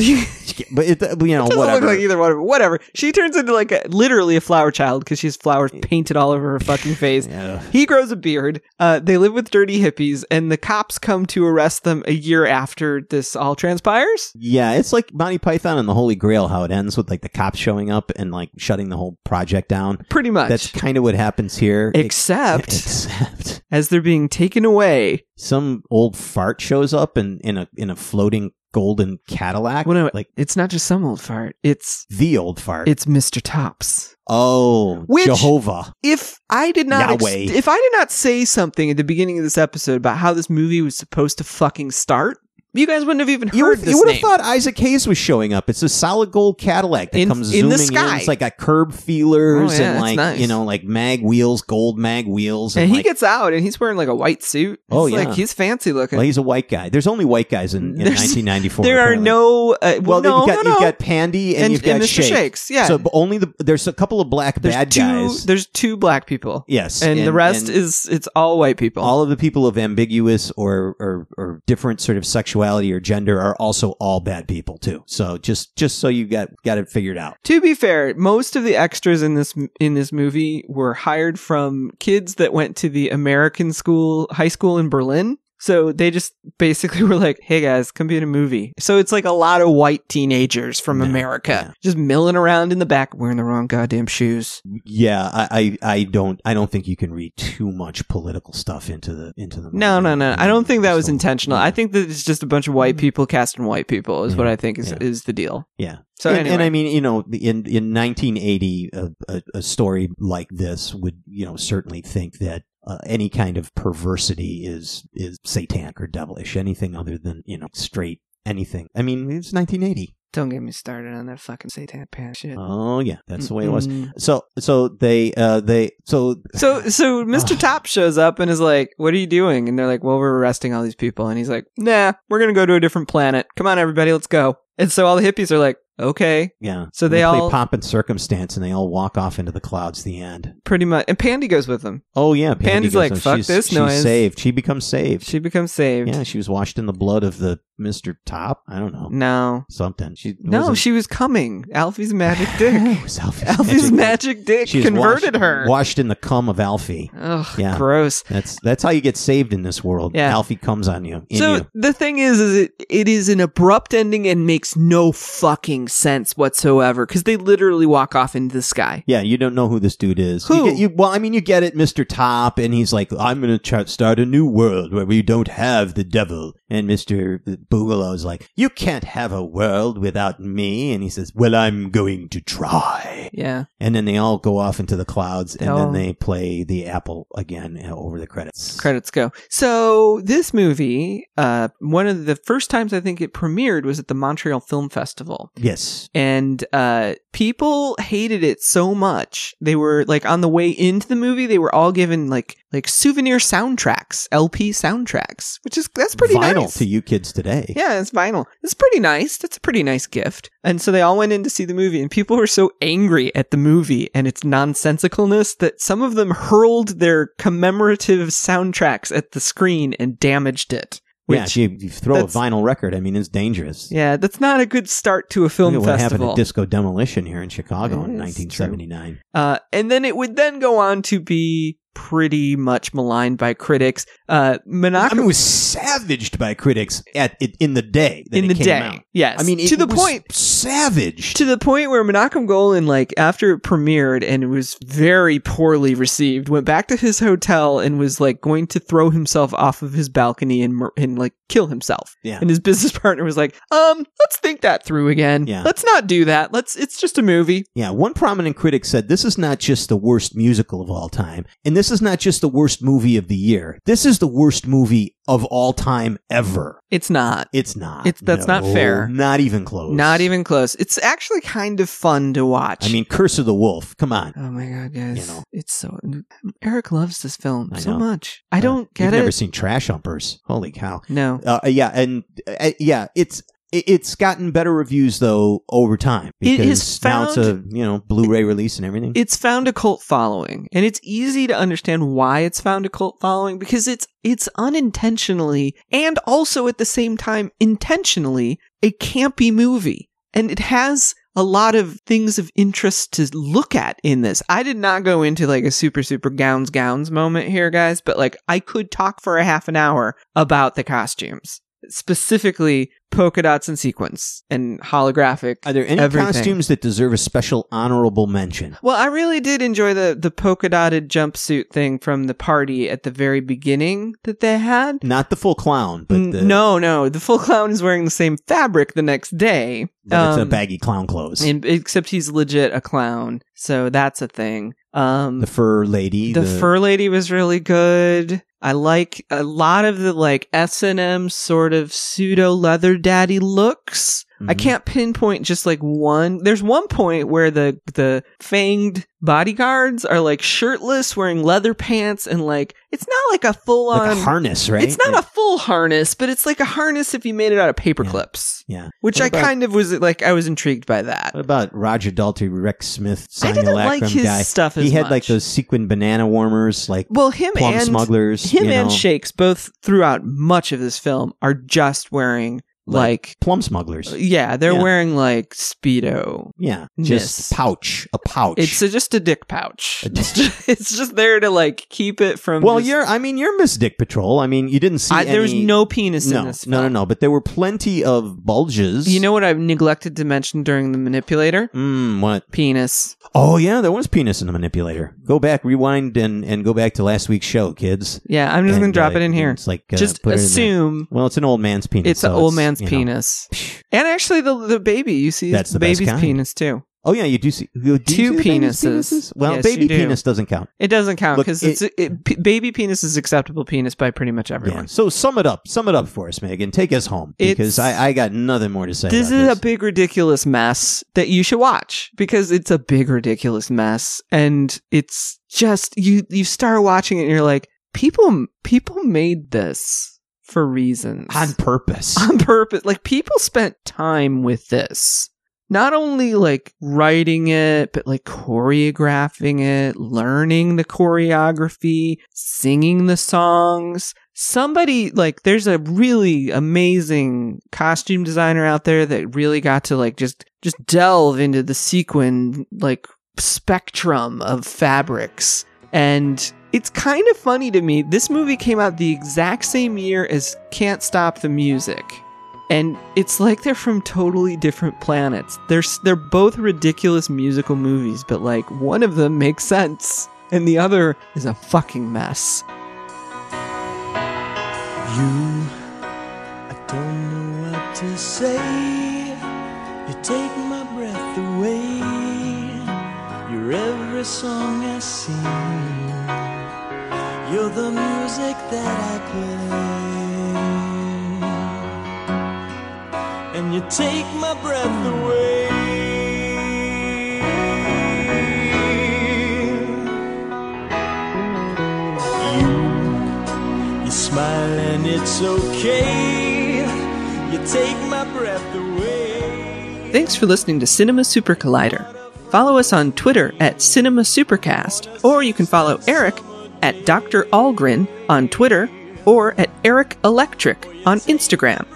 S4: but it, you know,
S2: Doesn't
S4: Oh, whatever.
S2: look like either one of them. Whatever. She turns into like a, literally a flower child because she has flowers painted all over her fucking face.
S4: Yeah.
S2: He grows a beard. Uh, they live with dirty hippies, and the cops come to arrest them a year after this all transpires.
S4: Yeah, it's like Monty Python and the Holy Grail. How it ends with like the cops showing up and like shutting the whole project down.
S2: Pretty much.
S4: That's kind of what happens here.
S2: Except
S4: except
S2: as they're being taken away.
S4: some old fart shows up in, in a in a floating golden Cadillac.
S2: Well, no,
S4: like
S2: it's not just some old fart. It's
S4: the old fart.
S2: it's Mr. Tops.
S4: oh,
S2: Which-
S4: Jehovah.
S2: If I did not ex-
S4: Yahweh.
S2: if I did not say something at the beginning of this episode about how this movie was supposed to fucking start, you guys wouldn't have even heard
S4: You would,
S2: this
S4: you would have
S2: name.
S4: thought Isaac Hayes was showing up. It's a solid gold Cadillac that
S2: In-
S4: comes
S2: in
S4: zooming
S2: the sky.
S4: It's like got curb feelers
S2: Oh, yeah,
S4: and
S2: it's
S4: like
S2: nice.
S4: you know like mag wheels, gold mag wheels.
S2: And he
S4: like-
S2: gets out and he's wearing like a white suit.
S4: Oh,
S2: It's
S4: yeah.
S2: Like he's fancy looking.
S4: well, he's a white guy. There's only white guys in, in
S2: There's-
S4: 1994.
S2: there are
S4: apparently.
S2: no uh,
S4: Well,
S2: no,
S4: you've got
S2: no,
S4: you've
S2: no.
S4: got Pandy and,
S2: And-
S4: you've got
S2: and Mr.
S4: Shake.
S2: Shakes, yeah.
S4: So but only the there's a couple of black
S2: there's
S4: bad
S2: two
S4: guys.
S2: there's two black people.
S4: yes,
S2: And, the rest
S4: and-
S2: is it's all white people.
S4: all of the people of ambiguous or, or or different sort of sexuality or gender are also all bad people too. So just just so you got got it figured out.
S2: to be fair, most of the extras in this in this movie were hired from kids that went to the American school high school in Berlin. So they just basically were like, "Hey guys, come be in a movie." So it's like a lot of white teenagers from
S4: Yeah,
S2: America just milling around in the back wearing the wrong goddamn shoes.
S4: Yeah, I, I I don't I don't think you can read too much political stuff into the into the
S2: No,
S4: movie.
S2: no, no. I don't think that was
S4: So,
S2: intentional.
S4: yeah.
S2: I think that it's just a bunch of white people casting white people is what
S4: Yeah,
S2: I think is
S4: yeah.
S2: is the deal.
S4: Yeah.
S2: So
S4: and,
S2: anyway,
S4: and I mean, you know, in in 1980, a, a, a story like this would, you know, certainly think that uh, any kind of perversity is is satanic or devilish. Anything other than you know straight anything. I mean, it's 1980.
S2: don't get me started on that fucking satanic pan shit.
S4: Oh yeah, that's the way it was.
S2: Mm-mm.
S4: So so they uh they so
S2: Mm-hmm. So so Mr.
S4: Ugh.
S2: Top shows up and is like, "What are you doing?" And they're like, "Well, we're arresting all these people." And he's like, "Nah, we're gonna go to a different planet. Come on, everybody, let's go." And so all the hippies are like, okay.
S4: Yeah.
S2: So they
S4: play
S2: all-
S4: pomp and circumstance, and they all walk off into the clouds. at The end.
S2: Pretty much. And Pandy goes with them.
S4: Oh yeah, Pandy
S2: Pandy's
S4: goes
S2: like,
S4: on.
S2: "Fuck
S4: she's,
S2: this
S4: she's
S2: noise."
S4: Saved. She becomes saved.
S2: She becomes saved.
S4: yeah, she was washed in the blood of the Mister Top. I don't know
S2: No.
S4: something. She
S2: No,
S4: wasn't-
S2: she was coming. Alfie's magic
S4: It
S2: dick.
S4: was Alfie's,
S2: Alfie's magic dick
S4: She was
S2: converted
S4: washed,
S2: her.
S4: Washed in the cum of Alfie.
S2: Ugh,
S4: Yeah.
S2: gross.
S4: That's that's how you get saved in this world.
S2: Yeah.
S4: Alfie comes on you. In
S2: so
S4: you.
S2: the thing is, is it, it is an abrupt ending and makes no fucking sense whatsoever because they literally walk off into the sky.
S4: Yeah, you don't know who this dude is.
S2: Who?
S4: You get, you, well, I mean, you get it, Mr. Top, and he's like, I'm going to try start a new world where we don't have the devil. And Mr. Boogaloo's like, You can't have a world without me. And he says, Well, I'm going to try.
S2: Yeah.
S4: And then they all go off into the clouds, and
S2: Oh.
S4: then they play the apple again uh, over the credits.
S2: Credits go. So this movie, uh, one of the first times I think it premiered was at the Montreal Film Festival.
S4: Yes.
S2: and uh, people hated it so much they were like on the way into the movie they were all given like like souvenir soundtracks lp soundtracks which is that's pretty
S4: Vinyl
S2: nice
S4: to you kids today.
S2: yeah it's vinyl it's pretty nice that's a pretty nice gift and so they all went in to see the movie and people were so angry at the movie and its nonsensicalness that some of them hurled their commemorative soundtracks at the screen and damaged it which
S4: yeah, if you, you throw a
S2: that's-
S4: vinyl record, I mean, it's dangerous.
S2: yeah, that's not a good start to a film
S4: Look at what happened
S2: festival.
S4: at Disco Demolition here in Chicago in
S2: It is true.
S4: 1979.
S2: Uh, and then it would then go on to be pretty much maligned by critics. Uh, Monaco
S4: I mean, it was savaged by critics at it, in the day. That
S2: in
S4: it
S2: the
S4: came
S2: day,
S4: out.
S2: yes.
S4: I mean, it
S2: to the
S4: was
S2: point,
S4: savaged.
S2: to the point where Menachem Golan, like after it premiered and it was very poorly received, went back to his hotel and was like going to throw himself off of his balcony and mur- and like kill himself.
S4: Yeah.
S2: And his business partner was like, um, let's think that through again.
S4: Yeah.
S2: Let's not do that. Let's. It's just a movie.
S4: yeah, one prominent critic said this is not just the worst musical of all time, and this is not just the worst movie of the year. This is the worst movie of all time ever.
S2: It's not.
S4: It's not.
S2: It's- that's not
S4: No,
S2: fair.
S4: Not even close.
S2: Not even close. It's actually kind of fun to watch.
S4: I mean, Curse of the Wolf. Come on.
S2: Oh my god, guys!
S4: You know.
S2: It's so Eric loves this film
S4: I
S2: so
S4: know.
S2: much. I don't get
S4: You've
S2: it.
S4: Never seen Trash Humpers. Holy cow.
S2: no,
S4: Uh, yeah, and uh, yeah, it's it- it's gotten better reviews though over time
S2: It
S4: because
S2: is
S4: now it's a you know Blu-ray release and everything.
S2: it's found a cult following, and it's easy to understand why it's found a cult following because it's it's unintentionally and also at the same time intentionally a campy movie, and it has a lot of things of interest to look at in this. I did not go into like a super super gowns gowns moment here, guys, but like I could talk for a half an hour about the costumes. specifically polka dots and sequins and holographic.
S4: Are there any
S2: everything.
S4: costumes that deserve a special honorable mention?
S2: Well, I really did enjoy the the polka dotted jumpsuit thing from the party at the very beginning that they had.
S4: Not the full clown, but
S2: N-
S4: the,
S2: no, no, the full clown is wearing the same fabric the next day.
S4: but it's a
S2: Um,
S4: baggy clown clothes.
S2: and- except he's legit a clown, so that's a thing. Um,
S4: the fur lady,
S2: the, fur lady was really good. I like a lot of the like S and M sort of pseudo leather daddy looks. I
S4: Mhm.
S2: can't pinpoint just like one. There's one point where the the fanged bodyguards are like shirtless, wearing leather pants, and like it's not like a full
S4: like
S2: on.
S4: a harness, right?
S2: um, It's not
S4: Like-
S2: a full harness, but it's like a harness if you made it out of paper clips,
S4: yeah.
S2: which
S4: What
S2: I
S4: about-
S2: kind of was like I was intrigued by that.
S4: What about Roger Daltrey, Rex Smith,
S2: I didn't like
S4: Simulacrum
S2: his
S4: guy?
S2: stuff as
S4: he had like
S2: much.
S4: those sequin banana warmers, like
S2: Well, him
S4: plum
S2: and
S4: smugglers.
S2: him
S4: you
S2: and
S4: know,
S2: Shakes both throughout much of this film are just wearing like,
S4: Like- plum smugglers.
S2: yeah, they're
S4: Yeah.
S2: weering like speedo.
S4: Yeah,
S2: Yes.
S4: just pouch, a pouch.
S2: It's a- just a dick pouch.
S4: A
S2: It's
S4: dick-
S2: just, it's just there to like keep it from.
S4: Well,
S2: um, just-
S4: you're. I mean, you're Miss Dick Patrol. I mean, you didn't see.
S2: I, there was
S4: any-
S2: no penis
S4: No,
S2: in this.
S4: no, no,
S2: film.
S4: no. But there were plenty of bulges.
S2: You know what I've neglected to mention during the manipulator?
S4: Mm, what?
S2: Penis.
S4: Oh yeah, there was penis in the manipulator. Go back, rewind, and and go back to last week's show, kids.
S2: Yeah, I'm just
S4: And,
S2: gonna drop
S4: uh,
S2: it in here.
S4: It's like uh,
S2: just
S4: put it in there.
S2: assume
S4: well, it's an old man's penis.
S2: it's an
S4: so
S2: old man's
S4: you know.
S2: penis. And actually, the the baby you see
S4: That's
S2: is the
S4: the best
S2: baby's
S4: kind.
S2: penis too.
S4: Oh yeah, you do see you do
S2: Two
S4: see the baby's
S2: penises.
S4: penises? Well,
S2: Yes, you
S4: baby
S2: do.
S4: penis doesn't count.
S2: It doesn't count
S4: Look,
S2: because
S4: it-
S2: it's it, p- baby penis is acceptable penis by pretty much everyone.
S4: Yeah. So sum it up, sum it up for us, Megan. Take us home
S2: It's-
S4: because I, I got nothing more to say.
S2: This
S4: about
S2: is a big ridiculous mess that you should watch because it's a big ridiculous mess and it's just you you start watching it and you're like people people made this for reasons
S4: on purpose.
S2: on purpose like people spent time with this not only like writing it, but like choreographing it, learning the choreography, singing the songs. Somebody like there's a really amazing costume designer out there that really got to like just just delve into the sequin like spectrum of fabrics and it's kind of funny to me. This movie came out the exact same year as Can't Stop the Music. And it's like they're from totally different planets. They're s- they're both ridiculous musical movies, but like one of them makes sense and the other is a fucking mess.
S8: You, I don't know what to say. You take my breath away. You're every song I sing. You're the music that I play. And you take my breath away. You you smile and it's okay. You take my breath away.
S2: Thanks for listening to Cinema Super Collider. Follow us on Twitter at Cinema Supercast, or you can follow Eric at Dr. Algren on Twitter, or at Eric Electric on Instagram.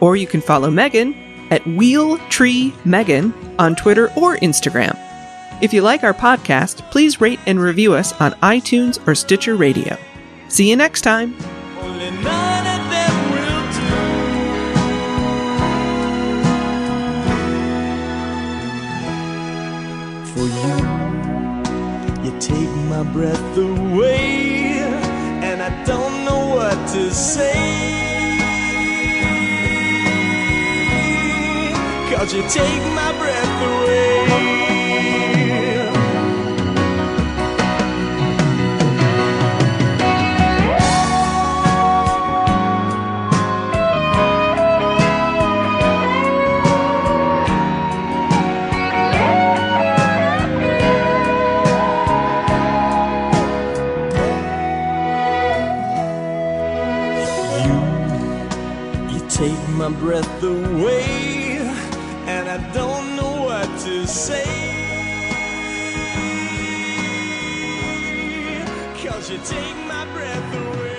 S2: Or you can follow Megan at Wheel Tree Megan on Twitter or Instagram. If you like our podcast, please rate and review us on iTunes or Stitcher Radio. See you next time.
S8: Only none of them will do. For you, you take my breath away, and I don't know what to say. Cause you take my breath away. You, you take my breath away, and I don't know what to say. Cause you take my breath away.